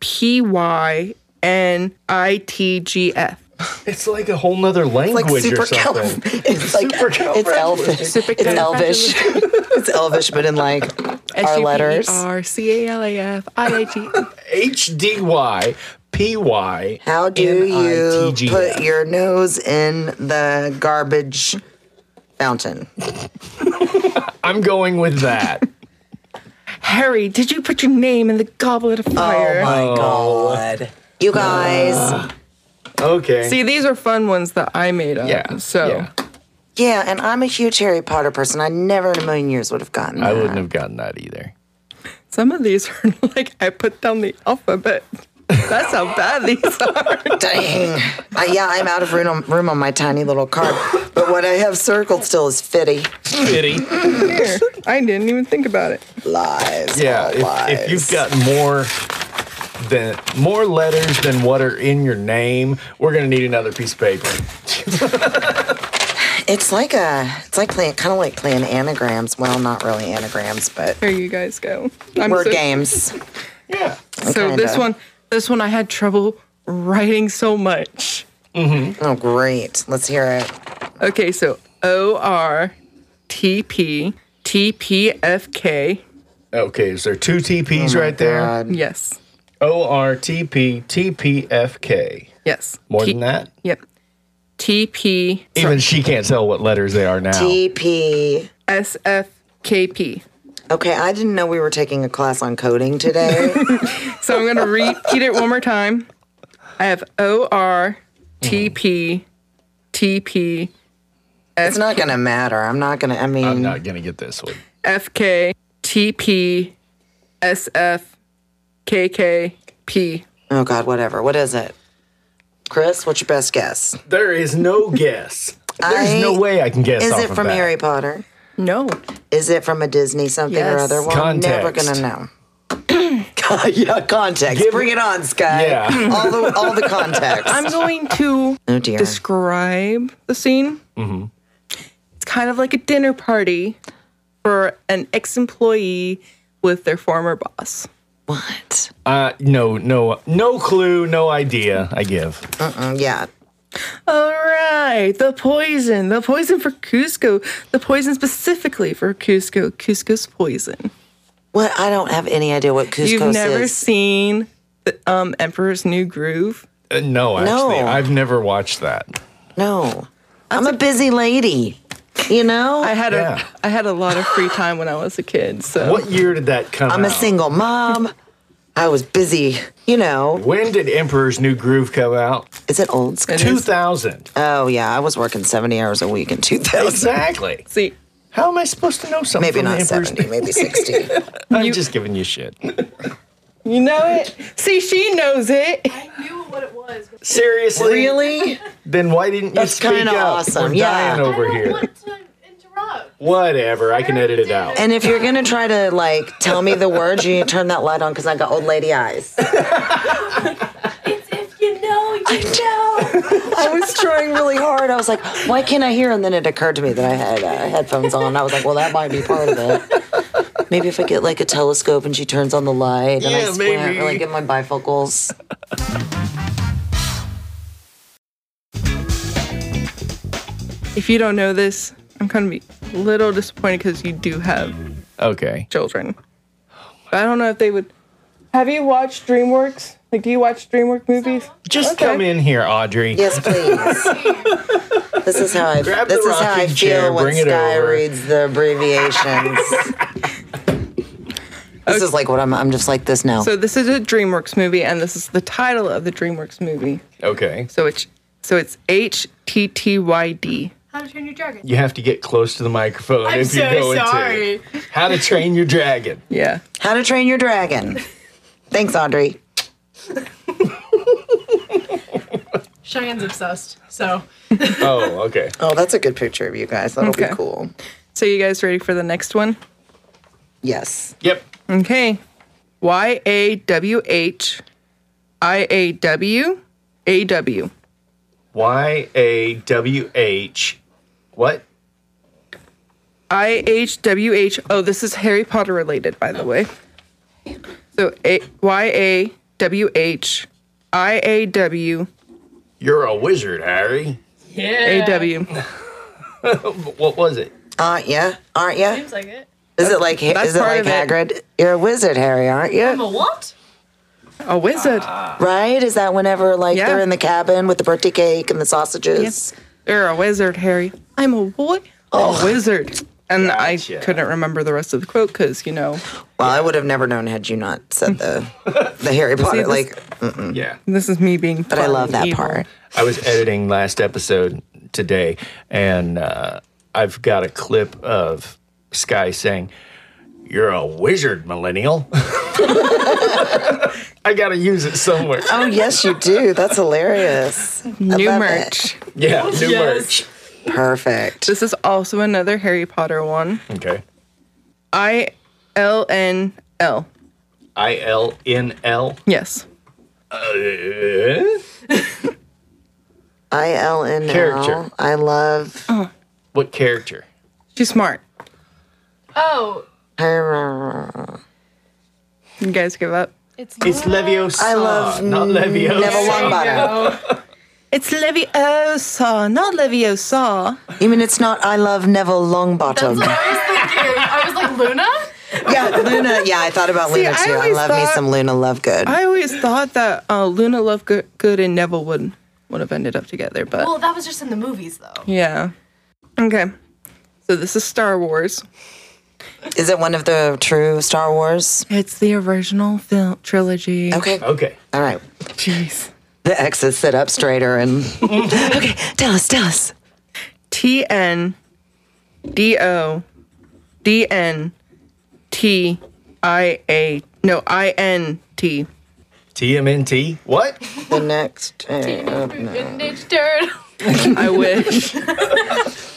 S4: P Y N I T G F.
S2: It's like a whole nother language
S3: <laughs> like super
S2: or something.
S3: calf. <laughs> It's like it's elfish. It's elvish. <laughs> it's elvish, but in like our letters.
S4: E R C A L A F I E A T.
S2: H D Y P Y.
S3: How do you
S2: N-I-T-G-F.
S3: put your nose in the garbage fountain?
S2: I'm going with that.
S4: <laughs> Harry, did you put your name in the goblet of fire?
S3: god. You guys.
S2: Okay.
S4: See, these are fun ones that I made up.
S2: yeah.
S4: So
S2: yeah.
S3: yeah, and I'm a huge Harry Potter person. I never in a million years would have gotten
S2: I
S3: that.
S2: wouldn't have gotten that either.
S4: some of these are <laughs> like I put down the alphabet. That's how bad these <laughs> are.
S3: Dang. Uh, yeah, I'm out of room, room on my tiny little <laughs> card. But what I have circled still is fitty.
S2: Pity.
S4: Here, I didn't even think about it.
S3: Lies.
S2: Yeah.
S3: all
S2: If, if you've
S3: lies.
S2: got more than more letters than what are in your name, we're gonna need another piece of paper. <laughs>
S3: It's like a, it's like playing, kind of like playing anagrams. Well, not really anagrams, but
S4: Here you guys go. I'm
S3: word
S4: so- <laughs>
S3: games.
S2: Yeah.
S4: So this
S3: kinda.
S4: one, this one I had trouble writing so much.
S3: Oh, great. Let's hear it.
S4: Okay, so O R T P T P F K.
S2: Okay, is there two TPs right there?
S3: God.
S4: Yes.
S2: O R T P T P F K.
S4: Yes.
S2: More
S4: T-
S2: than that?
S4: Yep. T P
S2: Even she can't tell what letters they are now.
S3: TP.
S4: S F K P.
S3: Okay, I didn't know
S4: <laughs>
S3: we were taking a class on coding today.
S4: So I'm gonna repeat it one more time. I have O R T P T P
S3: It's not going to matter. I'm not going to, I mean,
S2: I'm not gonna get this one.
S4: F K T P S F K K P.
S3: oh God, whatever. What is it? Chris, what's your best guess?
S2: There is no guess. There's
S3: I-
S2: no way I can guess.
S3: Is
S2: off
S3: it
S2: of
S3: from
S2: that.
S3: Harry Potter?
S4: No.
S3: Is it from a Disney something or
S4: Yes.
S3: other? Well, never
S2: Context.
S3: going to know. <coughs> yeah, context.
S2: Give-
S3: Bring it on, Sky.
S2: Yeah.
S3: <coughs> All the all the context.
S2: <coughs>
S4: I'm going to
S3: oh dear.
S4: describe the scene.
S2: Mm-hmm.
S4: It's kind of like a dinner party for an ex employee with their former boss.
S3: what?
S2: Uh, no, no, no clue, no idea. I give.
S3: Mm, yeah.
S4: All right, the poison, the poison for Cusco, the poison specifically for Cusco, Cusco's poison.
S3: What? I don't have any idea what Cusco's
S4: You've never
S3: is.
S4: seen the um, Emperor's New Groove.
S2: Uh, no, actually,
S3: No.
S2: I've never watched that.
S3: no. I'm a busy lady. You know?
S4: I had
S2: Yeah.
S4: a I had a lot of free time when I was a kid, so
S2: What year did that come?
S3: I'm a
S2: out?
S3: single mom. I was busy. You know.
S2: When did Emperor's New Groove come out?
S3: Is it old school?
S4: It
S2: Two
S4: is-
S2: thousand.
S3: Oh yeah, I was working 70 hours a week in
S4: <laughs>
S3: 2000.
S2: Exactly.
S4: see.
S2: How am I supposed to know something?
S3: Maybe
S2: from the
S3: not
S2: Emperor's
S3: 70,
S2: New-
S4: <laughs>
S3: maybe 60.
S2: I'm just giving you shit.
S4: You know it. See, she knows it.
S6: I knew what it was. but
S2: Seriously?
S3: really?
S2: Then why didn't you
S3: That's
S2: speak
S3: kinda
S2: up?
S3: awesome,
S2: We're
S3: yeah.
S2: dying over
S6: I don't
S2: here.
S6: want to interrupt.
S2: Whatever. I can edit it out.
S3: And if you're gonna try to like tell me the words, you need to turn that light on because I got old lady eyes.
S6: It's if you know, you know.
S3: I was trying really hard. I was like, why can't I hear? And then it occurred to me that I had uh, headphones on. I was like, well, that might be part of it. Maybe if I get like a telescope and she turns on the light and
S2: Yeah,
S3: I squint
S2: maybe.
S3: or like get my bifocals.
S4: If you don't know this, I'm gonna be a little disappointed because you do have
S2: Okay.
S4: children. But I don't know if they would. Have you watched DreamWorks? Like, do you watch DreamWorks movies?
S2: Just
S4: Okay.
S2: come in here, Audrey.
S3: Yes, please. This is how I
S2: Grab the
S3: this is how I
S2: rocking
S3: feel
S2: chair,
S3: when
S2: bring it
S3: Sky
S2: over.
S3: reads the abbreviations. this is like what I'm I'm just like this now.
S4: So this is a DreamWorks movie, and this is the title of the DreamWorks movie.
S2: Okay.
S4: So it's so it's H T T Y D.
S6: How to Train Your Dragon.
S2: You have to get close to the microphone
S6: I'm
S2: if you're
S6: so
S2: going
S6: sorry.
S2: to. How to Train Your
S6: <laughs>
S2: Dragon.
S4: Yeah.
S3: How to Train Your Dragon. Thanks, Audrey.
S6: Cheyenne's obsessed, so
S2: Oh, okay.
S3: Oh, that's a good picture of you guys. That'll
S4: Okay.
S3: be cool.
S4: So you guys ready for the next one?
S3: Yes.
S2: Yep.
S4: Okay. Y A W H I A W A W.
S2: Y A W H. What?
S4: I H W H. Oh, this is Harry Potter related, by the way. So A Y A W H I A W
S2: You're a wizard, Harry.
S6: yeah.
S3: <laughs>
S4: A W.
S2: What was it?
S3: Aren't ya? Aren't ya?
S6: Seems like it.
S3: Is it like
S4: That's
S3: is it
S4: part
S3: like
S4: of it.
S3: Hagrid? You're a wizard, Harry, aren't
S6: I'm
S3: you?
S6: a what?
S4: A wizard.
S3: Right? Is that whenever like
S4: Yeah.
S3: they're in the cabin with the birthday cake and the sausages?
S4: You're a wizard, Harry. I'm a what?
S3: Oh.
S4: A wizard. And
S2: Gotcha.
S4: I couldn't remember the rest of the quote because you know
S3: Well, I would have never known had you not said
S4: <laughs>
S3: the the Harry Potter.
S4: this-
S3: like,
S6: Hmm.
S2: Yeah.
S4: this is me being.
S3: but I love that part.
S2: I was editing last episode today, and uh, I've got a clip of Sky saying, You're a wizard, millennial. <laughs> I got to use it somewhere.
S3: Oh yes, you do. That's hilarious.
S4: New
S3: love
S4: merch.
S2: Yeah, new
S6: Yes.
S3: Perfect.
S4: This is also another Harry Potter one.
S2: merch. Okay.
S4: I L N L.
S2: I L N L.
S4: Yes.
S2: Uh,
S3: I L N
S2: Character.
S3: L. I love.
S2: What character?
S4: She's smart.
S6: Oh,
S4: You guys give up.
S6: it's,
S2: It's Leviosa.
S3: I love
S2: not Leviosa.
S3: Neville Longbottom.
S4: It's Leviosa, not Leviosa.
S3: You mean it's not I love Neville Longbottom?
S6: I was like Luna.
S3: yeah, Luna. Yeah, I thought about Luna
S4: I
S3: too. I,
S4: always
S3: love me
S4: thought-
S3: some Luna Lovegood.
S4: I always thought that uh, Luna Lovegood and Neville would would have ended up together, but
S6: Well, that was just in the movies, though.
S4: yeah. Okay. So this is Star Wars.
S3: Is it one of the true Star Wars? Oh,
S4: It's the original film trilogy.
S3: Okay.
S2: Okay.
S3: All right.
S4: Jeez.
S3: the exes sit up straighter and <laughs> okay, tell us, tell us.
S4: T N D O D N T I A no I N T.
S2: TMNT. What?
S3: The next uh, day.
S6: Vintage turtle.
S4: I wish.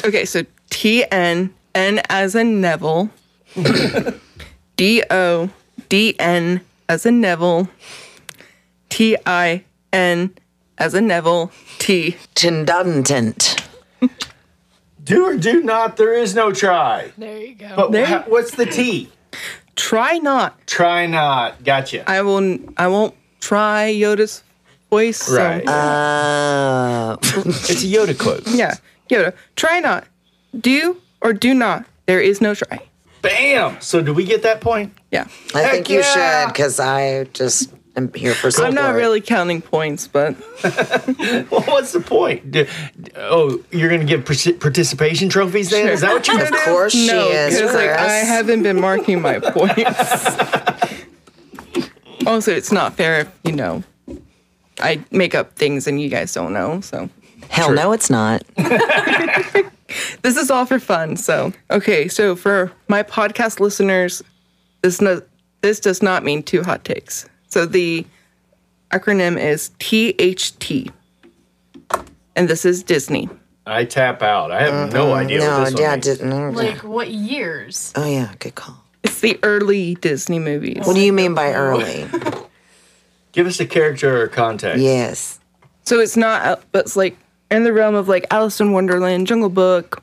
S4: okay, so T N N as in Neville. D O D N as in Neville. T I N as in Neville. T.
S3: Tinduntant.
S2: Do or do not. There is no try.
S6: There you go.
S2: But wha- what's the T?
S4: Try not.
S2: Try not. Gotcha.
S4: I will. n- I won't try Yoda's voice. so-
S2: right.
S3: Oh.
S2: it's a Yoda quote.
S4: Yeah. Yoda. Try not. Do or do not. There is no try.
S2: Bam. So do we get that point? <laughs>
S4: Yeah.
S3: I think you
S2: yeah.
S3: should because I just am here for support.
S4: I'm not really counting points, but
S2: Well, what's the point? D- d- oh, you're gonna give partic- participation trophies then? Is that what you're
S3: Of
S2: gonna do?
S3: course
S4: no,
S3: she is.
S4: because like I
S3: Chris.
S4: haven't been marking my points. <laughs> also, it's not fair if you know I make up things and you guys don't know. So
S3: Hell no, it's not.
S4: this is all for fun. So okay, so for my podcast listeners, this no, this does not mean two hot takes. So the acronym is THT, and this is Disney.
S2: I tap out. I have no idea
S3: Mm-hmm. No,
S2: what this
S3: yeah,
S2: one means.
S3: did, no, yeah.
S6: Like what years?
S3: Oh yeah, good call.
S4: It's the early Disney movies.
S3: What do you mean by early?
S2: Give us a character or context.
S3: yes.
S4: So it's not, uh, but it's like in the realm of like Alice in Wonderland, Jungle Book.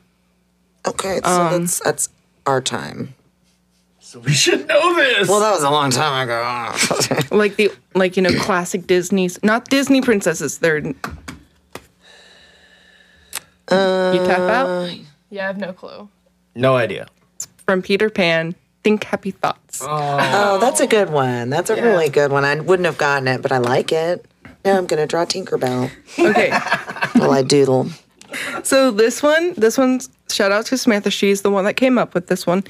S3: Okay, so
S4: Um,
S3: that's that's our time.
S2: So we should know this.
S3: Well, that was a long time ago. <laughs>
S4: like the like you know <coughs> classic Disney's not Disney princesses. They're you tap out
S6: Yeah, I have no clue.
S2: no idea.
S4: from Peter Pan. Think happy thoughts.
S3: oh, that's a good one. That's a really good one. I wouldn't have gotten it, but I like it. Now I'm gonna draw Tinkerbell
S4: Okay,
S3: while I doodle.
S4: so this one, this one's shout out to Samantha. She's the one that came up with this one.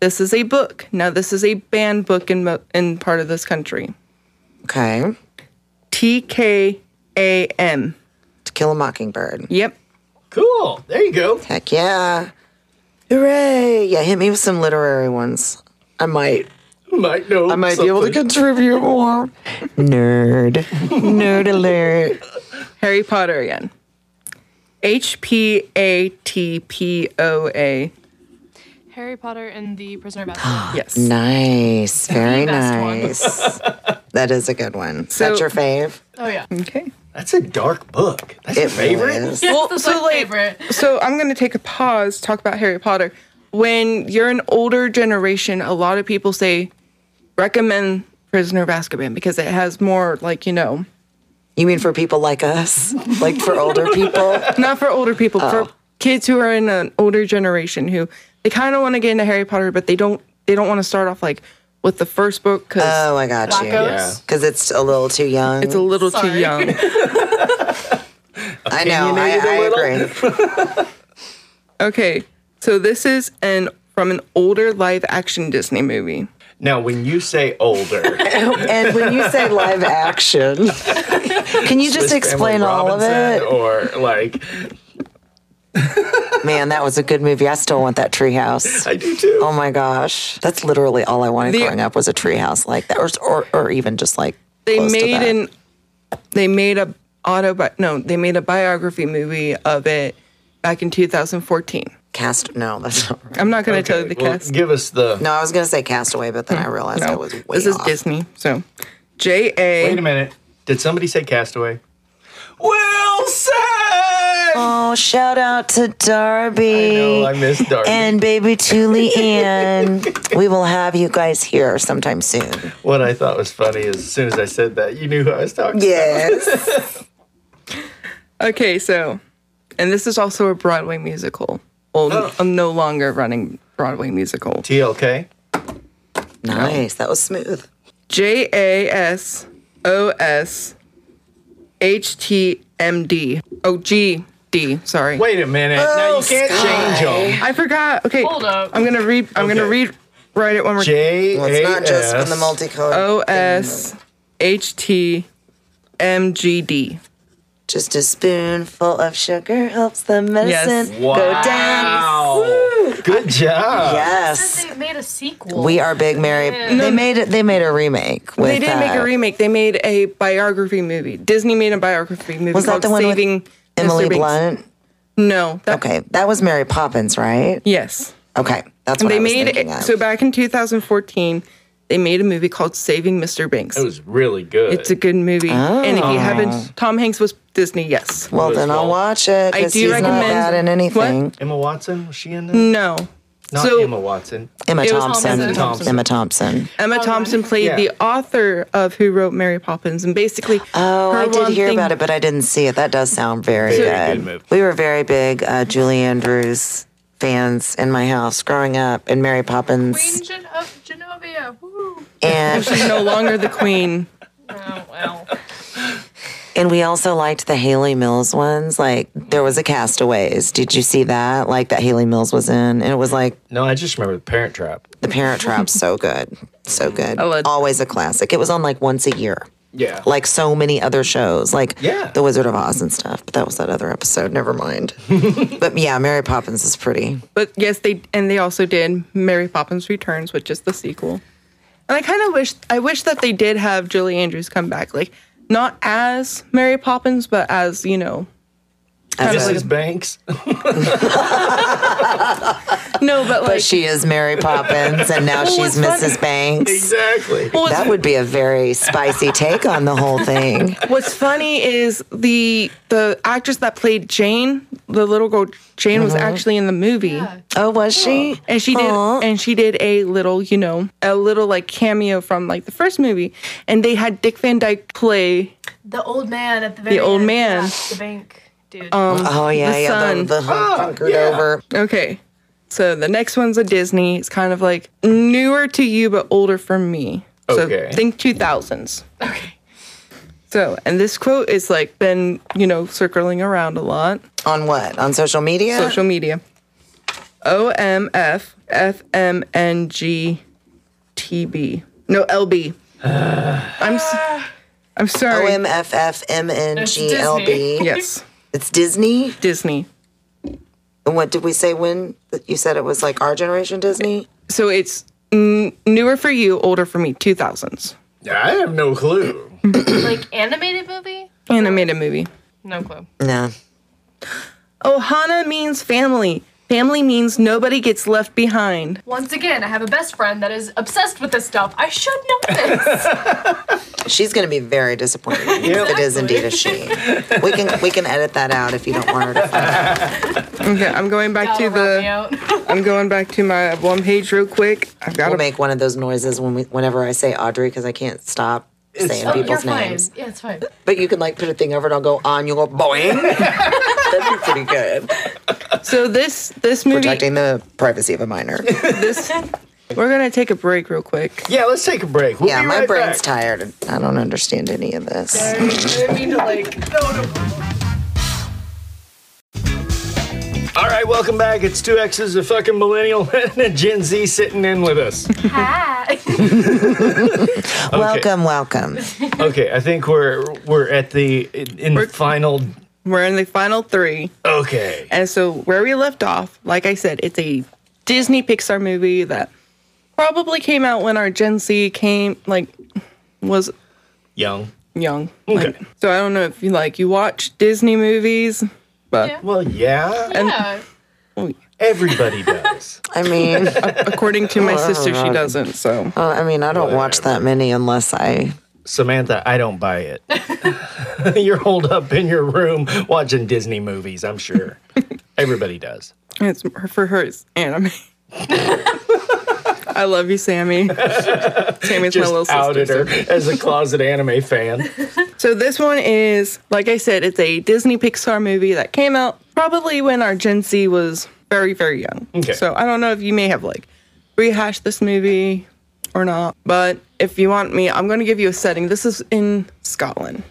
S4: This is a book. Now this is a banned book in mo- in part of this country.
S3: Okay.
S4: T K A M.
S3: To kill a mockingbird.
S4: Yep.
S2: Cool. There you go.
S3: Heck yeah. Hooray. Yeah, hit me with some literary ones. I might
S2: Might know.
S3: I might be able to contribute more. Nerd. Nerd alert.
S4: Harry Potter again. H P A T P O A.
S6: Harry Potter and the Prisoner of Azkaban.
S4: Yes.
S3: Mm. Nice. Very
S6: best one.
S3: nice. that is a good one.
S4: So-
S3: That's your fave?
S6: <gasps> Oh yeah.
S4: Okay.
S2: That's a dark book. That's your favorite.
S3: was.
S4: Well,
S6: That's
S4: so
S6: my
S4: like,
S6: favorite.
S4: so I'm gonna take a pause, talk about Harry Potter. When you're an older generation, a lot of people say recommend Prisoner of Azkaban because it has more, like you know,
S3: You mean for people like us? Like for older people?
S4: not for older people, for kids who are in an older generation who they kind of want to get into Harry Potter, but they don't. They don't want to start off like with the first book because
S3: Oh, I got you.
S2: Yeah.
S6: Blackos.
S3: Because it's a little too young.
S4: it's a little too
S6: Sorry.
S4: young.
S3: I know. I,
S2: Opinionated a
S3: I
S2: little.
S3: agree.
S4: Okay, so this is an from an older live action Disney movie.
S2: Now, when you say
S3: <laughs>
S2: older,
S3: and when you say live action, can you just
S2: Family
S3: explain all of
S2: Robinson
S3: it?
S2: Oh. or like
S3: Man, that was a good movie. I still want that treehouse.
S2: I do too.
S3: Oh my gosh, that's literally all I wanted
S4: The-
S3: growing up was a treehouse like that, or, or or even just like
S4: They
S3: close to
S4: made
S3: that.
S4: an they made a auto no they made a biography movie of it back in 2014.
S3: cast. No, that's not right.
S4: I'm not gonna tell you
S2: Okay,
S4: the
S2: well,
S4: cast.
S2: Give us the.
S3: No, I was gonna say Castaway, but then I realized I
S4: No,
S3: was way
S4: this is
S3: off.
S4: Disney. So J
S2: Wait a
S4: A
S2: minute. Did somebody say Castaway? Wilson.
S3: Oh, shout out to Darby.
S2: No, I missed Darby.
S3: <laughs> and baby Julie Ann. we will have you guys here sometime soon.
S2: what I thought was funny is as soon as I said that, you knew who I was talking. about.
S3: Yes.
S4: Okay, so and this is also a Broadway musical. Well,
S2: Oh.
S4: I'm no longer running Broadway musical.
S2: TLK.
S3: nice. That was smooth.
S4: J A S O S H T M D. Oh, G D. Sorry.
S2: Wait a minute.
S3: Oh,
S2: now you can't change them.
S4: I forgot. Okay.
S6: Hold up.
S4: I'm going to read. I'm going to
S2: Okay.
S4: read. Write it one more time.
S2: J
S3: Oh. Well, it's not just from the
S2: multi.
S3: multicolor.
S4: O S H T MGD.
S3: Just a spoonful of sugar helps the medicine go down.
S2: Good job.
S3: Yes.
S6: Since they made a sequel.
S3: We are big Mary. They made it. They made a remake. With,
S4: They didn't make
S3: uh,
S4: a remake. They made a biography movie. Disney made a biography movie
S3: Was that
S4: called
S3: the one with
S4: Saving
S3: Emily
S4: Mr. Banks.
S3: Blunt.
S4: No. That,
S3: Okay, that was Mary Poppins, right?
S4: Yes.
S3: Okay, that's what
S4: And they
S3: I was
S4: made
S3: thinking
S4: it,
S3: of.
S4: so back in 2014, they made a movie called Saving Mr. Banks.
S2: It was really good.
S4: It's a good movie. And if
S3: Ah.
S4: you haven't, Tom Hanks was Disney. Yes.
S3: well, then I'll watch it.
S4: I
S3: 'cause
S4: do
S3: he's
S4: recommend-
S3: not bad in anything.
S2: Emma Watson, was she in that?
S4: No.
S3: Mm,
S2: Not
S4: so
S2: Emma Watson.
S3: Emma
S4: It was
S3: Thompson.
S4: Thompson.
S2: Thompson.
S3: Emma Thompson.
S4: Emma Thompson played
S2: Yeah.
S4: the author of who wrote Mary Poppins, and basically,
S3: Oh,
S4: her
S3: I did
S4: one
S3: hear
S4: thing-
S3: about it, but I didn't see it. That does sound very,
S2: Very good
S3: good.
S2: movie.
S3: we were very big uh, Julie Andrews fans in my house growing up, and Mary
S6: Queen
S3: Poppins,
S6: Gen- of Genovia. Woo.
S3: and
S4: <laughs> She's no longer the queen.
S6: Oh, well.
S3: and we also liked the Haley Mills ones. Like there was a Castaways. Did you see that? Like that Haley Mills was in, and it was like
S2: No, I just remember the Parent Trap.
S3: The Parent Trap. so good, so good.
S4: love-
S3: Always a classic. It was on like once a year.
S2: Yeah.
S3: like so many other shows, like
S2: Yeah.
S3: The Wizard of Oz and stuff. But that was that other episode. Never
S2: <laughs>
S3: mind. but yeah, Mary Poppins is pretty.
S4: But yes, they and they also did Mary Poppins Returns, which is the sequel. And I kind of wish I wish that they did have Julie Andrews come back, like not as Mary Poppins, but as you know,
S3: As
S2: Mrs.
S3: a-
S2: Banks.
S4: no, but like
S3: but she is Mary Poppins, and now she's
S4: what's funny-
S3: Mrs. Banks.
S2: <laughs> exactly.
S4: Well, what's-
S3: That would be a very spicy take on the whole thing.
S4: What's funny is the the actress that played Jane, the little girl Jane, was actually in the movie,
S3: Oh, was she?
S4: and she
S3: Aw.
S4: did and she did a little, you know, a little like cameo from like the first movie, and they had Dick Van Dyke play
S6: The old man at the very
S4: old
S6: end.
S4: man. Um,
S6: Yeah, the bank dude.
S3: Oh yeah,
S4: the
S3: yeah,
S4: son.
S3: the, the whole hunkered
S2: yeah.
S3: over.
S4: Okay. So the next one's a Disney. It's kind of like newer to you, but older for me.
S2: Okay.
S4: So think 2000s. Okay. So, and this quote is like been, you know, circling around a lot.
S3: On what? On social media?
S4: Social media. OMF FMNG TB. No, <sighs> LB. I'm, s- I'm sorry.
S3: OMFFMNGLB.
S4: yes,
S3: It's Disney.
S4: Disney.
S3: And what did we say when that you said it was like our generation Disney?
S4: So it's n- newer for you, older for me, 2000s.
S2: I have no clue.
S6: like animated movie?
S4: Animated movie.
S6: No clue.
S3: No.
S4: Ohana Oh, means family. Family means nobody gets left behind.
S6: Once again, I have a best friend that is obsessed with this stuff. I should know
S4: <laughs>
S6: this.
S3: She's going to be very disappointed if it is indeed a she. We can we can edit that out if you don't want her to. Find
S4: Okay, I'm going back
S6: Gotta
S4: to
S6: round me
S4: the.
S6: out.
S4: I'm going back to my one page real quick. I've got
S3: We'll
S4: to
S3: make one of those noises when we, whenever I say Audrey because I can't stop saying
S6: Oh, you're
S3: people's
S6: fine.
S3: names.
S6: Yeah, it's fine.
S3: But you can like put a thing over it. I'll go on. You'll go
S6: <laughs>
S3: boing. That'd be pretty good.
S4: So this this movie.
S3: Protecting the privacy of a
S6: <laughs>
S3: minor.
S4: This. We're gonna take a break real quick.
S2: Yeah, let's take a break. We'll
S3: Yeah,
S2: be
S3: my
S2: right
S3: brain's
S2: back.
S3: tired. and I don't understand any of this.
S2: All right, welcome back. It's two X's, a fucking millennial, <laughs> and a Gen Z sitting in with us.
S6: Hi.
S4: <laughs>
S3: Welcome, welcome.
S2: Okay, I think we're we're at the in the final.
S4: We're in the final three,
S2: Okay,
S4: and so where we left off, like I said, it's a Disney Pixar movie that probably came out when our Gen Z came like was
S2: young.
S4: young.
S2: Okay.
S4: Like, so I don't know if you like you watch Disney movies, but
S6: Yeah.
S2: Well, yeah,
S6: yeah.
S2: everybody does.
S3: I
S6: <laughs>
S3: mean,
S2: <laughs>
S4: according to my sister, she doesn't. So
S3: well, I mean, I don't watch that many unless
S6: <laughs>
S3: I.
S2: Samantha, I don't buy it. <laughs> You're holed up in your room watching Disney movies. I'm sure everybody does.
S4: it's for her. It's
S2: <laughs>
S4: anime. I love you, Sammy. Sammy's <laughs> my
S2: Just
S4: little
S2: outed
S4: sister.
S2: her as a closet anime fan.
S4: So this one is, like I said, it's a Disney Pixar movie that came out probably when our Gen Z was very, very young.
S2: Okay.
S4: So I don't know if you may have like rehashed this movie or not, but if you want me, I'm going to give you a setting. This is in Scotland.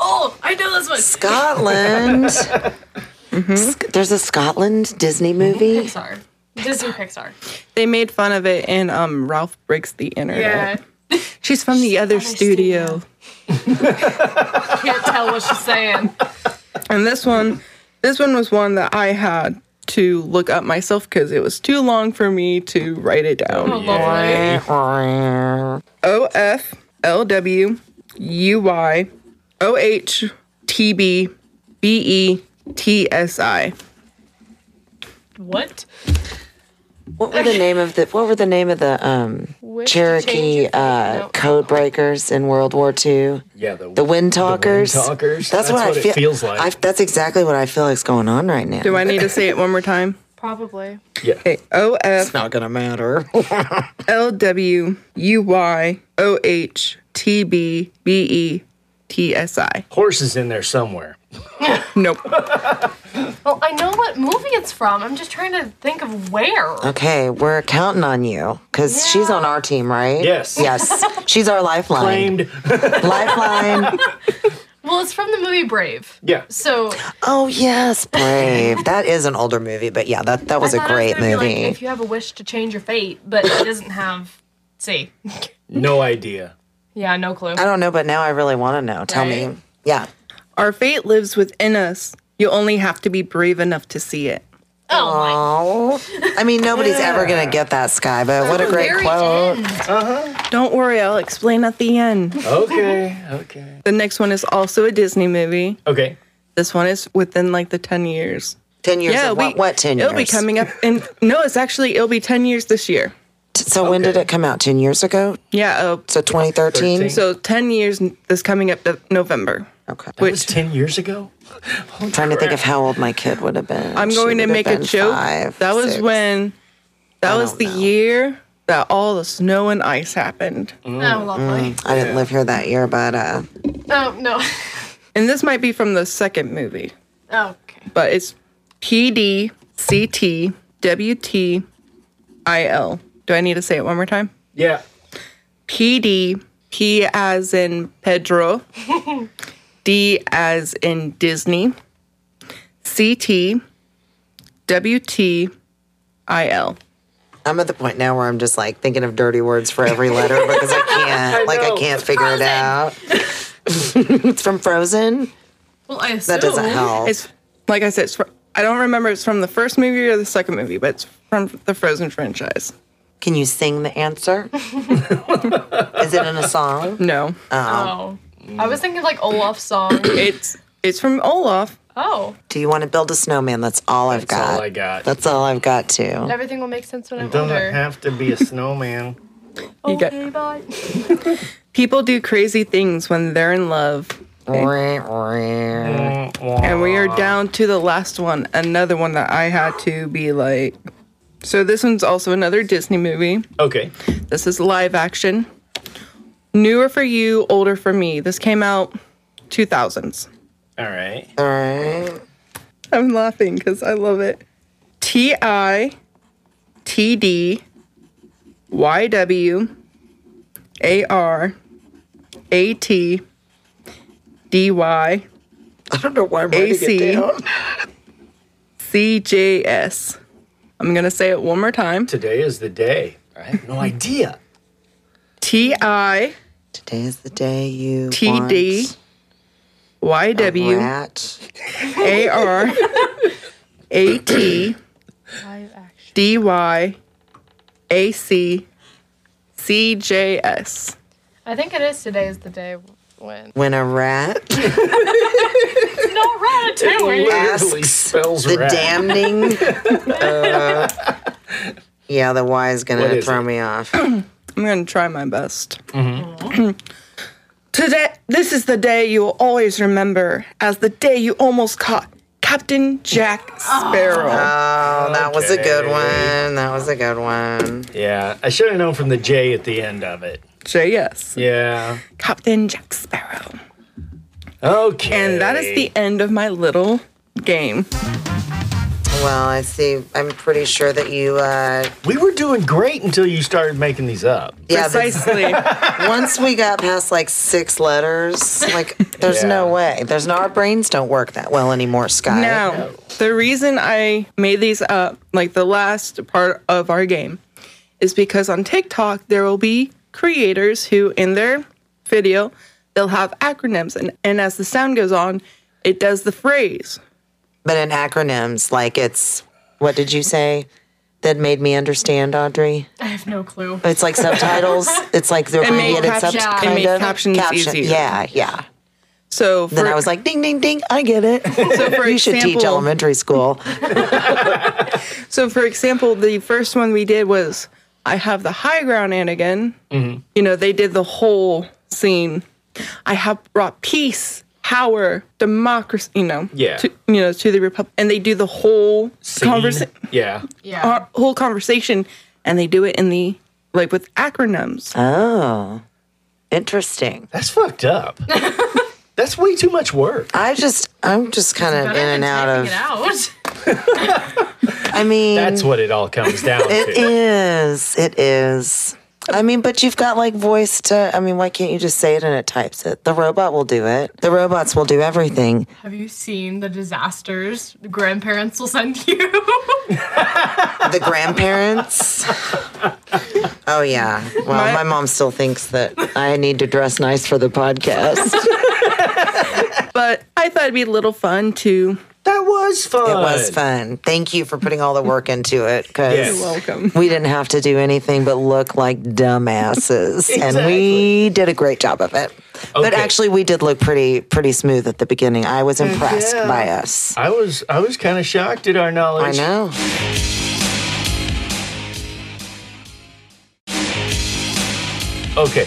S6: Oh, I know this one.
S3: Scotland.
S6: Mm-hmm.
S3: Sc- There's a Scotland Disney movie.
S6: Pixar. Disney Pixar.
S4: They made fun of it in um, Ralph Breaks the Internet.
S6: Yeah.
S4: She's from the other studio.
S6: Can't tell what she's saying.
S4: And this one, this one was one that I had to look up myself because it was too long for me to write it down.
S6: Oh, lovely.
S4: O F L W U Y O H T B B E T S I.
S6: What?
S3: What were the name of the What were the name of the um,
S6: Wish to change
S3: Cherokee
S6: your-
S3: uh,
S6: no.
S3: code breakers in World War II?
S2: Yeah, the,
S3: The wind talkers.
S2: talkers.
S3: That's,
S2: That's
S3: what,
S2: what
S3: I
S2: it
S3: feel.
S2: feels like.
S3: I, that's exactly what I feel is going on right now.
S4: Do I need to say it one more time? <laughs>
S6: Probably.
S4: Okay. O F
S3: Not gonna
S6: <laughs>
S3: matter.
S4: L W U Y O H T B B E T S I.
S2: horses in there somewhere.
S4: Nope.
S6: Well, I know what movie it's from. I'm just trying to think of where.
S3: okay, we're counting on you because she's on our team, right?
S2: Yes.
S3: Yes. She's our lifeline.
S2: Named. <laughs>
S3: Lifeline.
S6: Well, it's from the movie Brave.
S2: Yeah.
S6: So
S3: Oh yes, Brave. that is an older movie, but yeah, that that was
S6: I
S3: a
S6: thought it
S3: great
S6: gonna be
S3: movie.
S6: Like, if you have a wish to change your fate, but it doesn't have, see,
S2: No idea.
S6: yeah, no clue.
S3: I don't know, but now I really want to know. Tell me.
S6: Right?
S3: Yeah.
S4: Our fate lives within us. You only have to be brave enough to see it.
S6: Oh
S3: Oh. I mean, nobody's ever gonna get that, Sky. But what a great
S6: very
S3: quote.
S4: Don't worry, I'll explain at the end.
S2: Okay. Okay.
S4: The next one is also a Disney movie.
S2: Okay.
S4: This one is within like the 10 years.
S3: Ten years.
S4: Yeah,
S3: of what,
S4: we-
S3: what? Ten years.
S4: It'll be coming up in no, it's actually it'll be 10 years this year.
S3: T- So when did it come out? Ten years ago.
S4: Yeah, uh,
S3: So 2013.
S4: so 10 years n- this coming up to November.
S3: Okay.
S2: It was
S4: Which
S2: ten years ago.
S3: I'm trying to think of how old my kid would have been.
S4: I'm
S3: She
S4: going to
S3: would have
S4: make a
S3: been
S4: joke.
S3: five,
S4: that was
S3: six.
S4: when that
S3: I
S4: was
S3: don't
S4: the
S3: know.
S4: year that all the snow and ice happened.
S6: my. Oh, lovely.
S3: I didn't live here that year, but uh,
S6: Oh, no. <laughs>
S4: And this might be from the second movie,
S6: Oh, Okay.
S4: but it's P D C T W T I L. Do I need to say it one more time?
S2: Yeah.
S4: PD, P as in Pedro, D as in Disney, CT, WT, IL.
S3: I'm at the point now where I'm just like thinking of dirty words for every letter because I can't, like, I
S2: know.
S3: can't figure it out. <laughs> it's from Frozen.
S6: Well, I assume
S3: That doesn't help.
S4: It's like I said, it's fr- I don't remember if it's from the first movie or the second movie, but it's from the Frozen franchise.
S3: Can you sing the answer? Is it in a song?
S4: No,
S6: Oh. I was thinking of like
S3: <coughs>
S6: Olaf's song.
S4: it's it's from Olaf.
S6: oh,
S3: Do you want to build a snowman? That's all I've got.
S2: all I got.
S3: That's all I've got too.
S6: everything will make sense when I'm
S2: Doesn't
S6: older.
S2: have to be a snowman.
S4: You get-
S6: Okay, bye.
S3: <laughs>
S4: people do crazy things when they're in love. And we are down to the last one, another one that I had to be like. So this one's also another Disney movie.
S2: okay.
S4: This is live action. Newer for you, older for me. This came out 2000s.
S2: All right.
S3: All right.
S4: I'm laughing because I love it. T I T D Y W A R A T D Y
S3: I don't know why I'm writing
S4: AC.
S3: it down.
S4: CJS. I'm going to say it one more time.
S2: Today is the day. I have no idea.
S4: T I
S3: Today is the day you
S4: T D Y
S3: want
S4: W
S3: rat.
S4: A R A T D Y A C C J S.
S6: I think it is today is the day when.
S3: When a rat
S6: No, Ratatouille.
S2: <laughs> Literally
S3: asks
S2: spells
S3: the
S2: rat. <laughs>
S3: damning. uh, yeah, the Y is
S2: What
S3: gonna
S2: is
S3: throw
S2: it? Oh,
S3: me off.
S4: I'm going to try my best.
S3: Mm-hmm.
S4: Today, this is the day you will always remember as the day you almost caught Captain Jack Sparrow.
S3: Oh, that was a good
S2: Okay.
S3: one. That was a good one.
S2: Yeah, I should have known from the J at the end of it.
S3: Ah.
S4: JS.
S2: Yeah.
S4: Captain Jack Sparrow.
S2: Okay.
S4: And that is the end of my little game.
S3: Well, I see. I'm pretty sure that you. Uh,
S2: We were doing great until you started making these up.
S3: yeah, this- <laughs>
S4: Precisely.
S3: once we got past like six letters, like there's no
S2: Yeah.
S3: way. There's no, our brains don't work that well anymore, Sky.
S4: Now, the reason I made these up, like the last part of our game, is because on TikTok there will be creators who, in their video, they'll have acronyms, and, and as the sound goes on, it does the phrase.
S3: But in acronyms, like it's what did you say that made me understand, Audrey?
S6: I have no clue.
S3: It's like subtitles. It's like the
S4: made
S3: abbreviated sub
S4: caption-
S6: it
S3: kind
S4: made
S3: of
S4: captions
S3: caption.
S4: easier.
S3: Yeah, yeah.
S4: So for,
S3: Then I was like, ding, ding, ding. I get it. <laughs>
S4: so for
S3: you should teach
S4: example-
S3: elementary school.
S4: So, for example, the first one we did was I have the high ground, Anakin.
S2: Mm-hmm.
S4: You know, they did the whole scene. I have brought peace, power, democracy. You know,
S2: Yeah.
S4: To, you know, to the republic, and they do the whole
S2: Scene.
S4: conversation,
S2: Yeah.
S6: Yeah.
S4: whole conversation, and they do it in the like with acronyms.
S3: Oh, interesting.
S2: That's fucked
S3: <laughs>
S2: up. That's way too much work.
S3: I just, I'm just kind of
S6: Better
S3: in
S6: than
S3: and out
S6: typing
S3: of.
S6: it out.
S3: I mean,
S2: That's what it all comes down
S3: It
S2: to.
S3: is. It is. I mean, but you've got like voice to. I mean, why can't you just say it and it types it? The robot will do it. The robots will do everything.
S6: Have you seen the disasters the grandparents will send you? <laughs>
S3: The grandparents. <laughs> oh yeah. Well, my, mom still thinks that I need to dress nice for the podcast.
S4: But I thought it'd be a little fun to.
S2: That was fun.
S3: it was fun. Thank you for putting all the work into it because.
S2: Yes.
S4: Welcome.
S3: We didn't have to do anything but look like dumbasses, and we did a great job of it. But
S2: Okay. Mm-hmm.
S3: actually, we did look pretty pretty smooth at the beginning. I was impressed
S2: yeah.
S3: by us.
S2: I was I was kind of shocked at our
S3: I
S2: knowledge.
S3: know.
S2: Okay.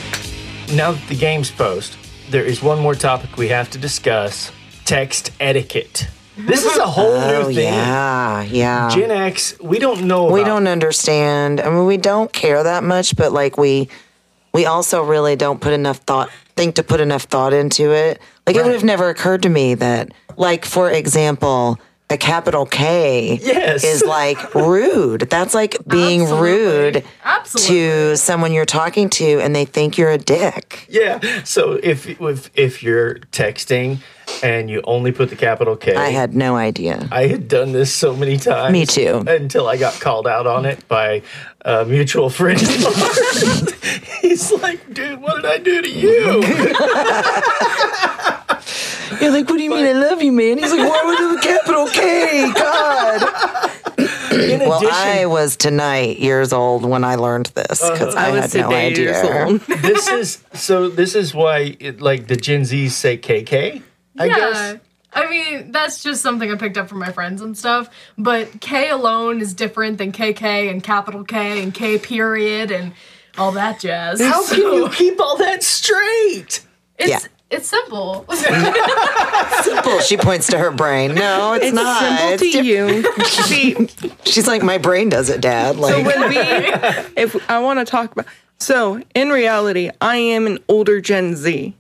S2: Now that the game's post, there is one more topic we have to discuss: text etiquette. This is a whole
S3: Oh
S2: new thing.
S3: yeah, yeah.
S2: Gen X, we don't know.
S3: Um, we
S2: about-
S3: don't understand. I mean, we don't care that much, but like we we also really don't put enough thought think to put enough thought into it. Like it would have never occurred to me that like for example, a capital K
S2: Yes.
S3: is like rude. That's like being rude
S6: Absolutely.
S3: to someone you're talking to and they think you're a dick.
S2: <laughs> Yeah. So if if if you're texting and you only put the capital K,
S3: I had no idea.
S2: I had done this so many times.
S3: Me too.
S2: Until I got called out on it by a mutual friend. <laughs> of ours. He's like, dude, what did I do to you?
S3: <laughs> You're like, what do you mean I love you, man? He's like, why would you do a capital K? God.
S2: In
S3: Well,
S2: addition,
S3: I was tonight years old when I learned this because I,
S4: I was
S3: had no
S4: today
S3: idea.
S4: years
S3: <laughs>
S4: old.
S2: this is so. This is why, it, like, the Gen Zs say KK. I
S6: yeah.
S2: guess.
S6: I mean, that's just something I picked up from my friends and stuff. But K alone is different than KK and capital K and K period and all that jazz.
S2: How
S6: So
S2: can you keep all that straight?
S6: it's,
S3: Yeah.
S6: it's simple. <laughs>
S3: Simple. She points to her brain. No, it's,
S4: It's
S3: not.
S4: simple
S3: It's
S4: to
S3: diff- <laughs>
S4: you. See,
S3: She's like, my brain does it, Dad. Like,
S4: when we if I want to talk about so in reality, I am an older Gen Z.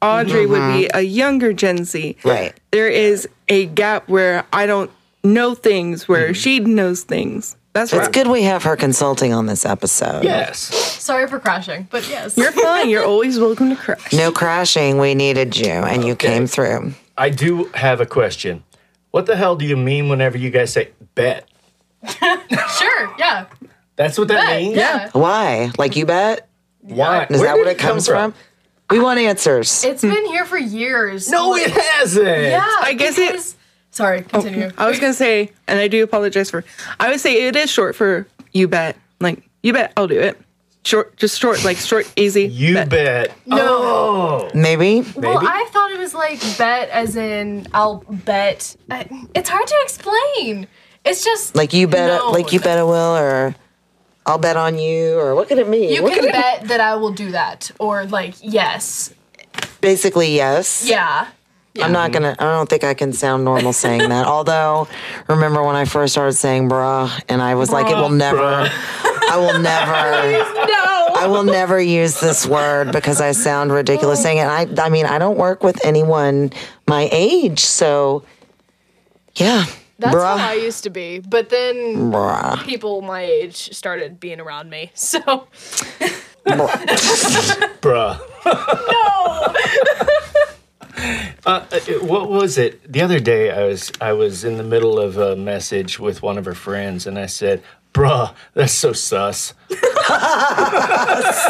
S4: Audrey would be a younger Gen Z.
S3: Mm-hmm. Right.
S4: There is a gap where I don't know things where she knows things. That's
S3: it's
S4: right.
S3: Mm-hmm. good we have her consulting on this episode.
S2: Yes.
S6: Sorry for crashing, but yes.
S4: You're fine. You're always welcome to crash.
S3: No crashing. We needed you, and you came through.
S2: I do have a question. What the hell do you mean whenever you guys say bet?
S6: sure, yeah.
S2: That's what that
S6: But,
S2: means.
S6: yeah.
S3: Why? Like, you bet?
S2: Why?
S3: Is
S2: Where
S3: that
S2: did
S3: what it comes from? We want answers.
S6: It's been here for years. Oh,
S2: No, it hasn't.
S6: Yeah.
S4: I guess it-
S6: because- Sorry, continue.
S4: I was gonna say, and I do apologize for. I would say it is short for you bet. Like you bet, I'll do it. Short, just short, like short, easy.
S2: You bet. Oh.
S3: Maybe.
S6: Well,
S2: Maybe.
S6: I thought it was like bet as in I'll bet. I- It's hard to explain. It's just
S3: Like, you bet,
S6: No.
S3: like, you bet I will, or I'll bet on you, or what could it mean?
S6: You
S3: What
S6: can
S3: could it-
S6: bet that I will do that, or like yes,
S3: Basically, yes.
S6: yeah.
S3: I'm not gonna. I don't think I can sound normal saying that. Although, remember when I first started saying "bruh" and I was like, "It will never. I will never.
S6: No,
S3: I will never use this word because I sound ridiculous saying it." I. I mean, I don't work with anyone my age, so yeah.
S6: that's
S3: bruh,
S6: how I used to be. But then
S3: bruh,
S6: people my age started being around me, <laughs> so
S3: bruh.
S2: Bruh. <laughs> no. uh, what was it? The other day, I was I was in the middle of a message with one of her friends, and I said, "Bruh, that's so sus."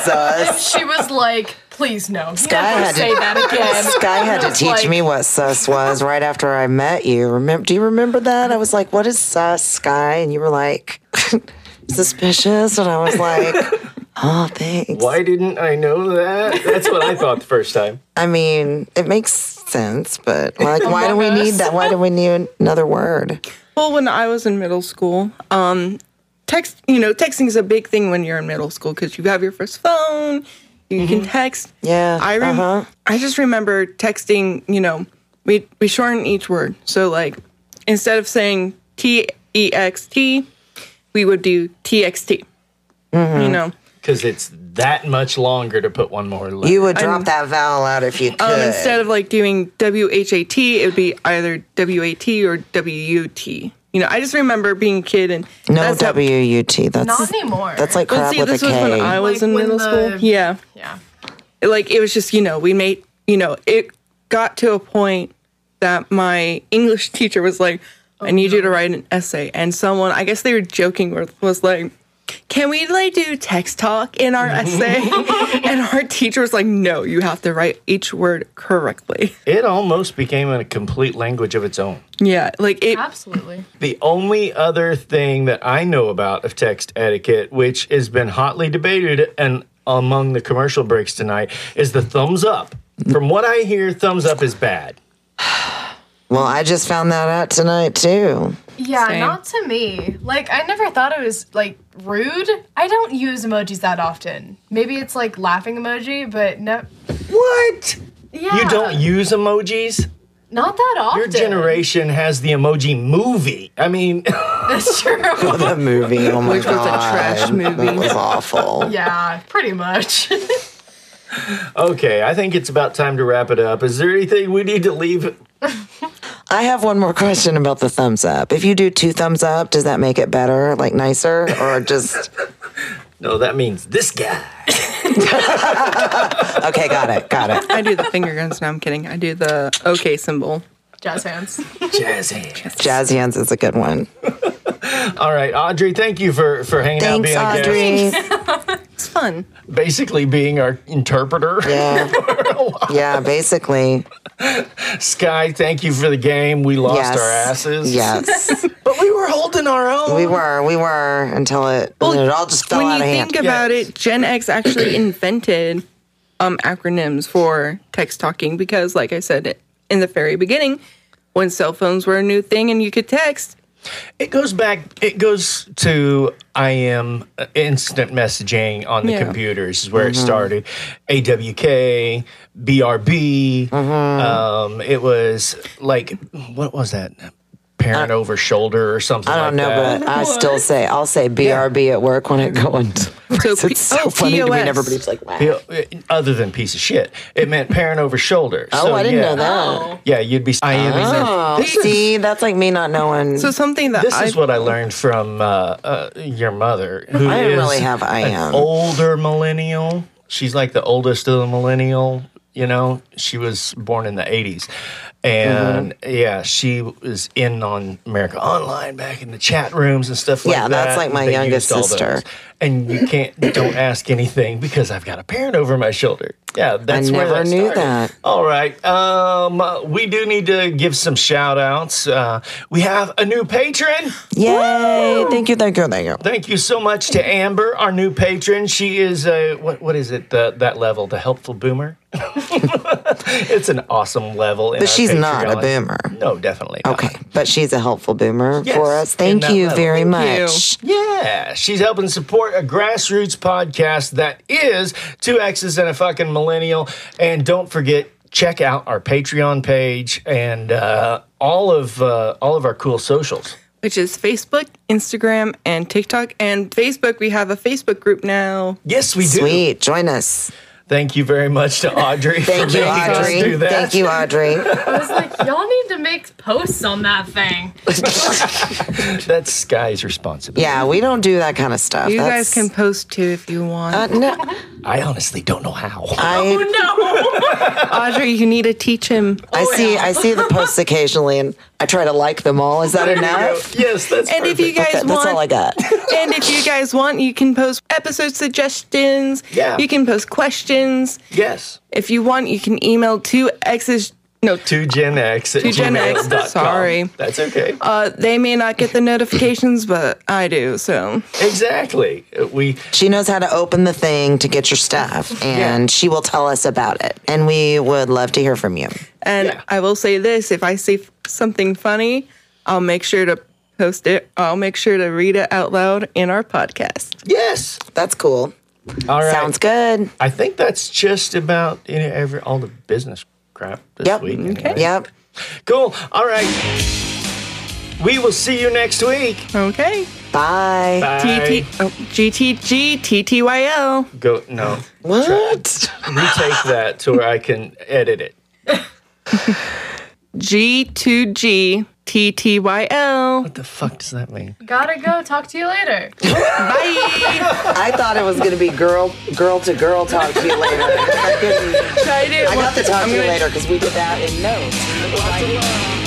S3: Sus.
S6: she was like, Please no.
S3: Sky
S6: you never
S3: had to-
S6: say that again.
S3: Sky had to
S6: It's
S3: teach
S6: like-
S3: me what sus was right after I met you. Remember? Do you remember that? I was like, "What is sus, Sky?" And you were like, <laughs> "Suspicious," and I was
S4: <laughs>
S3: like, "Oh, thanks."
S2: Why didn't I know that? That's what I thought the first time.
S3: I mean, it makes sense, but like, why do we
S6: Among
S3: need
S6: us.
S3: that? Why do we need another word?
S4: Well, when I was in middle school, um, text, you know, texting is a big thing when you're in middle school because you have your first phone, you can text.
S3: Mm-hmm. Yeah,
S4: I rem-
S3: uh-huh.
S4: I just remember texting, you know, we we shorten each word. So like instead of saying T E X T, we would do T X T.
S3: Mm-hmm.
S4: You know.
S2: Because it's that much longer to put one more letter.
S3: You would drop that vowel out if you could.
S4: Um, instead of like doing W H A T, it would be either W A T or W U T. You know, I just remember being a kid and
S3: no
S4: how-
S3: W U T. That's
S6: Not anymore.
S3: that's like
S4: But
S3: crab
S4: see,
S3: with a
S4: this was when I
S3: K.
S4: was
S6: Like
S4: in
S6: when
S4: middle
S6: the-
S4: school. Yeah.
S6: yeah.
S4: like it was just you know we made you know it got to a point that my english <laughs> teacher was like
S6: Oh,
S4: i need you to write an essay and someone i guess they were joking with was like can we like do text talk
S3: <laughs>
S4: in our essay <laughs> and our teacher was like no you have to write each word correctly <laughs>
S2: It almost became a complete language of its own.
S4: yeah like it
S6: Absolutely.
S2: The only other thing that I know about of text etiquette, which has been hotly debated and among the commercial breaks tonight, is the thumbs up. From what I hear, thumbs up is bad.
S3: Well, I just found that out tonight too.
S6: Yeah,
S4: Same.
S6: not to me. Like I never thought it was like rude. I don't use emojis that often. Maybe it's like laughing emoji, but no.
S2: What?
S6: Yeah.
S2: You don't use emojis?
S6: Not that often.
S2: Your generation has the emoji movie. I mean, <laughs>
S3: <laughs>
S6: That's true.
S3: That movie, oh my
S4: Which was a
S3: god,
S4: trash movie.
S3: That was awful.
S6: yeah, pretty much. <laughs>
S2: okay, I think it's about time to wrap it up. Is there anything we need to leave?
S3: I have one more <laughs> question about the thumbs up. If you do two thumbs up, does that make it better, like nicer, or just
S2: No, that means this guy.
S3: okay? Got it, got it.
S4: i do the finger guns no i'm kidding i do the okay symbol
S6: Jazz hands.
S2: Jazz hands.
S3: Jazz hands is a good one.
S2: All right, Audrey, thank you for, for hanging out,
S3: Thanks,
S2: being our guest.
S3: Audrey.
S4: it's fun
S2: basically being our interpreter.
S3: Yeah, <laughs> yeah. Basically,
S2: <laughs> Sky, thank you for the game. We lost
S3: yes.
S2: our asses.
S3: Yes,
S2: But we were holding our own.
S3: we were, we were until it,
S4: Well,
S3: it all just fell
S4: Oh, when
S3: out
S4: you
S3: of hand.
S4: think about it, Gen
S3: <clears throat>
S4: X actually invented um, acronyms for text talking because, like I said in the very beginning, when cell phones were a new thing and you could text,
S2: It goes back, it goes to IM uh, instant messaging on the
S4: Yeah.
S2: computers, is where
S3: Mm-hmm.
S2: it started. AWK, BRB.
S3: Mm-hmm.
S2: Um, it was like, what was that? Parent over shoulder or something
S3: I
S2: like
S3: don't know,
S2: that.
S3: but I still say I'll say BRB at work when I go <laughs> into.
S4: So P-
S3: it's so
S4: oh,
S3: funny to me.
S4: POS.
S3: and Everybody's like, wow.
S2: You know, Other than piece of shit, it meant parent over shoulder.
S3: Oh, I didn't know that.
S2: Yeah, you'd be. I am.
S3: Oh, see, that's like me not knowing.
S4: so something that
S2: This
S4: I
S2: is what I learned from uh, uh, your mother, who
S3: I didn't
S2: is
S3: really have I
S2: an
S3: am.
S2: older millennial. She's like the oldest of the millennial. You know, she was born in the '80s, and
S3: Mm-hmm.
S2: yeah, she was in on America Online back in the chat rooms and stuff like that.
S3: Yeah, that's like my
S2: They
S3: youngest
S2: used all
S3: sister.
S2: those. And you can't don't ask anything because I've got a parent over my shoulder. Yeah, that's where
S3: never
S2: that
S3: knew
S2: started.
S3: that.
S2: All right. Um, uh, we do need to give some shout outs. Uh, we have a new patron.
S3: Yay! Thank you, thank you, thank you.
S2: Thank you so much to Amber, our new patron. She is a, what, what is it, the, that level, the helpful boomer? <laughs> it's an awesome level. in
S3: But
S2: our
S3: she's not a
S2: Patreon.
S3: boomer.
S2: No, definitely. not.
S3: Okay, but she's a helpful boomer
S2: Yes,
S3: for us.
S2: in
S3: Thank
S2: that
S3: you
S2: level.
S3: very
S4: Thank you.
S3: much.
S2: Yeah, she's helping support a grassroots podcast that is two X's and a fucking millennial. And don't forget, check out our Patreon page and uh, all of uh, all of our cool socials.
S4: which is Facebook, Instagram, and TikTok. And Facebook, we have a Facebook group now.
S2: Yes, we do.
S3: Sweet, join us.
S2: Thank you very much to Audrey
S3: Thank
S2: for
S3: you,
S2: making us
S3: Audrey.
S2: do that.
S3: Thank you,
S2: <laughs>
S3: Audrey.
S6: I was like, y'all need to make posts on that thing.
S2: That's Sky's responsibility.
S3: Yeah, we don't do that kind of stuff.
S4: You
S3: Oh, That's-
S4: guys can post too if you want.
S3: Uh, no,
S2: I honestly don't know how.
S4: Uh,
S6: <laughs>
S3: I
S6: No.
S3: uh,
S4: Audrey, you need to teach him.
S3: I see I see the posts occasionally, and I try to like them all. Is that enough?
S2: yes, that's
S4: And if you
S2: perfect.
S4: guys
S3: That-
S4: want,
S3: that's all I got.
S4: and if you guys want, you can post episode suggestions.
S2: Yeah.
S4: You can post questions. questions.
S2: Yes.
S4: If you want, you can email two X's. No,
S2: To Gen X at
S4: To Gen X,
S2: gmail.com.
S4: sorry.
S2: That's okay.
S4: uh, they may not get the notifications, but I do. So
S2: exactly. We
S3: She knows how to open the thing to get your stuff, and she will tell us about it. And we would love to hear from you.
S4: And
S2: Yeah.
S4: I will say this if I see f- something funny, I'll make sure to post it. I'll make sure to read it out loud in our podcast.
S2: yes.
S3: That's cool.
S2: All right.
S3: Sounds good.
S2: I think that's just about you know, every all the business crap this
S3: Yep.
S2: week. anyway.
S3: Yep.
S2: Cool. All right. We will see you next week.
S4: Okay.
S3: Bye.
S4: GT, oh, GTG, TTYL.
S2: Go no. <laughs>
S3: What?
S2: Retake that to where I can edit it.
S4: G2G, TTYL.
S2: What the fuck does that mean?
S6: Gotta go. Talk to you later.
S4: Bye.
S3: I thought it was gonna be girl, girl to girl. Talk to you later. I, couldn't-
S4: Should <laughs> I do
S3: I got to talk
S4: I'm
S3: to you
S4: gonna-
S3: later because we did that in notes.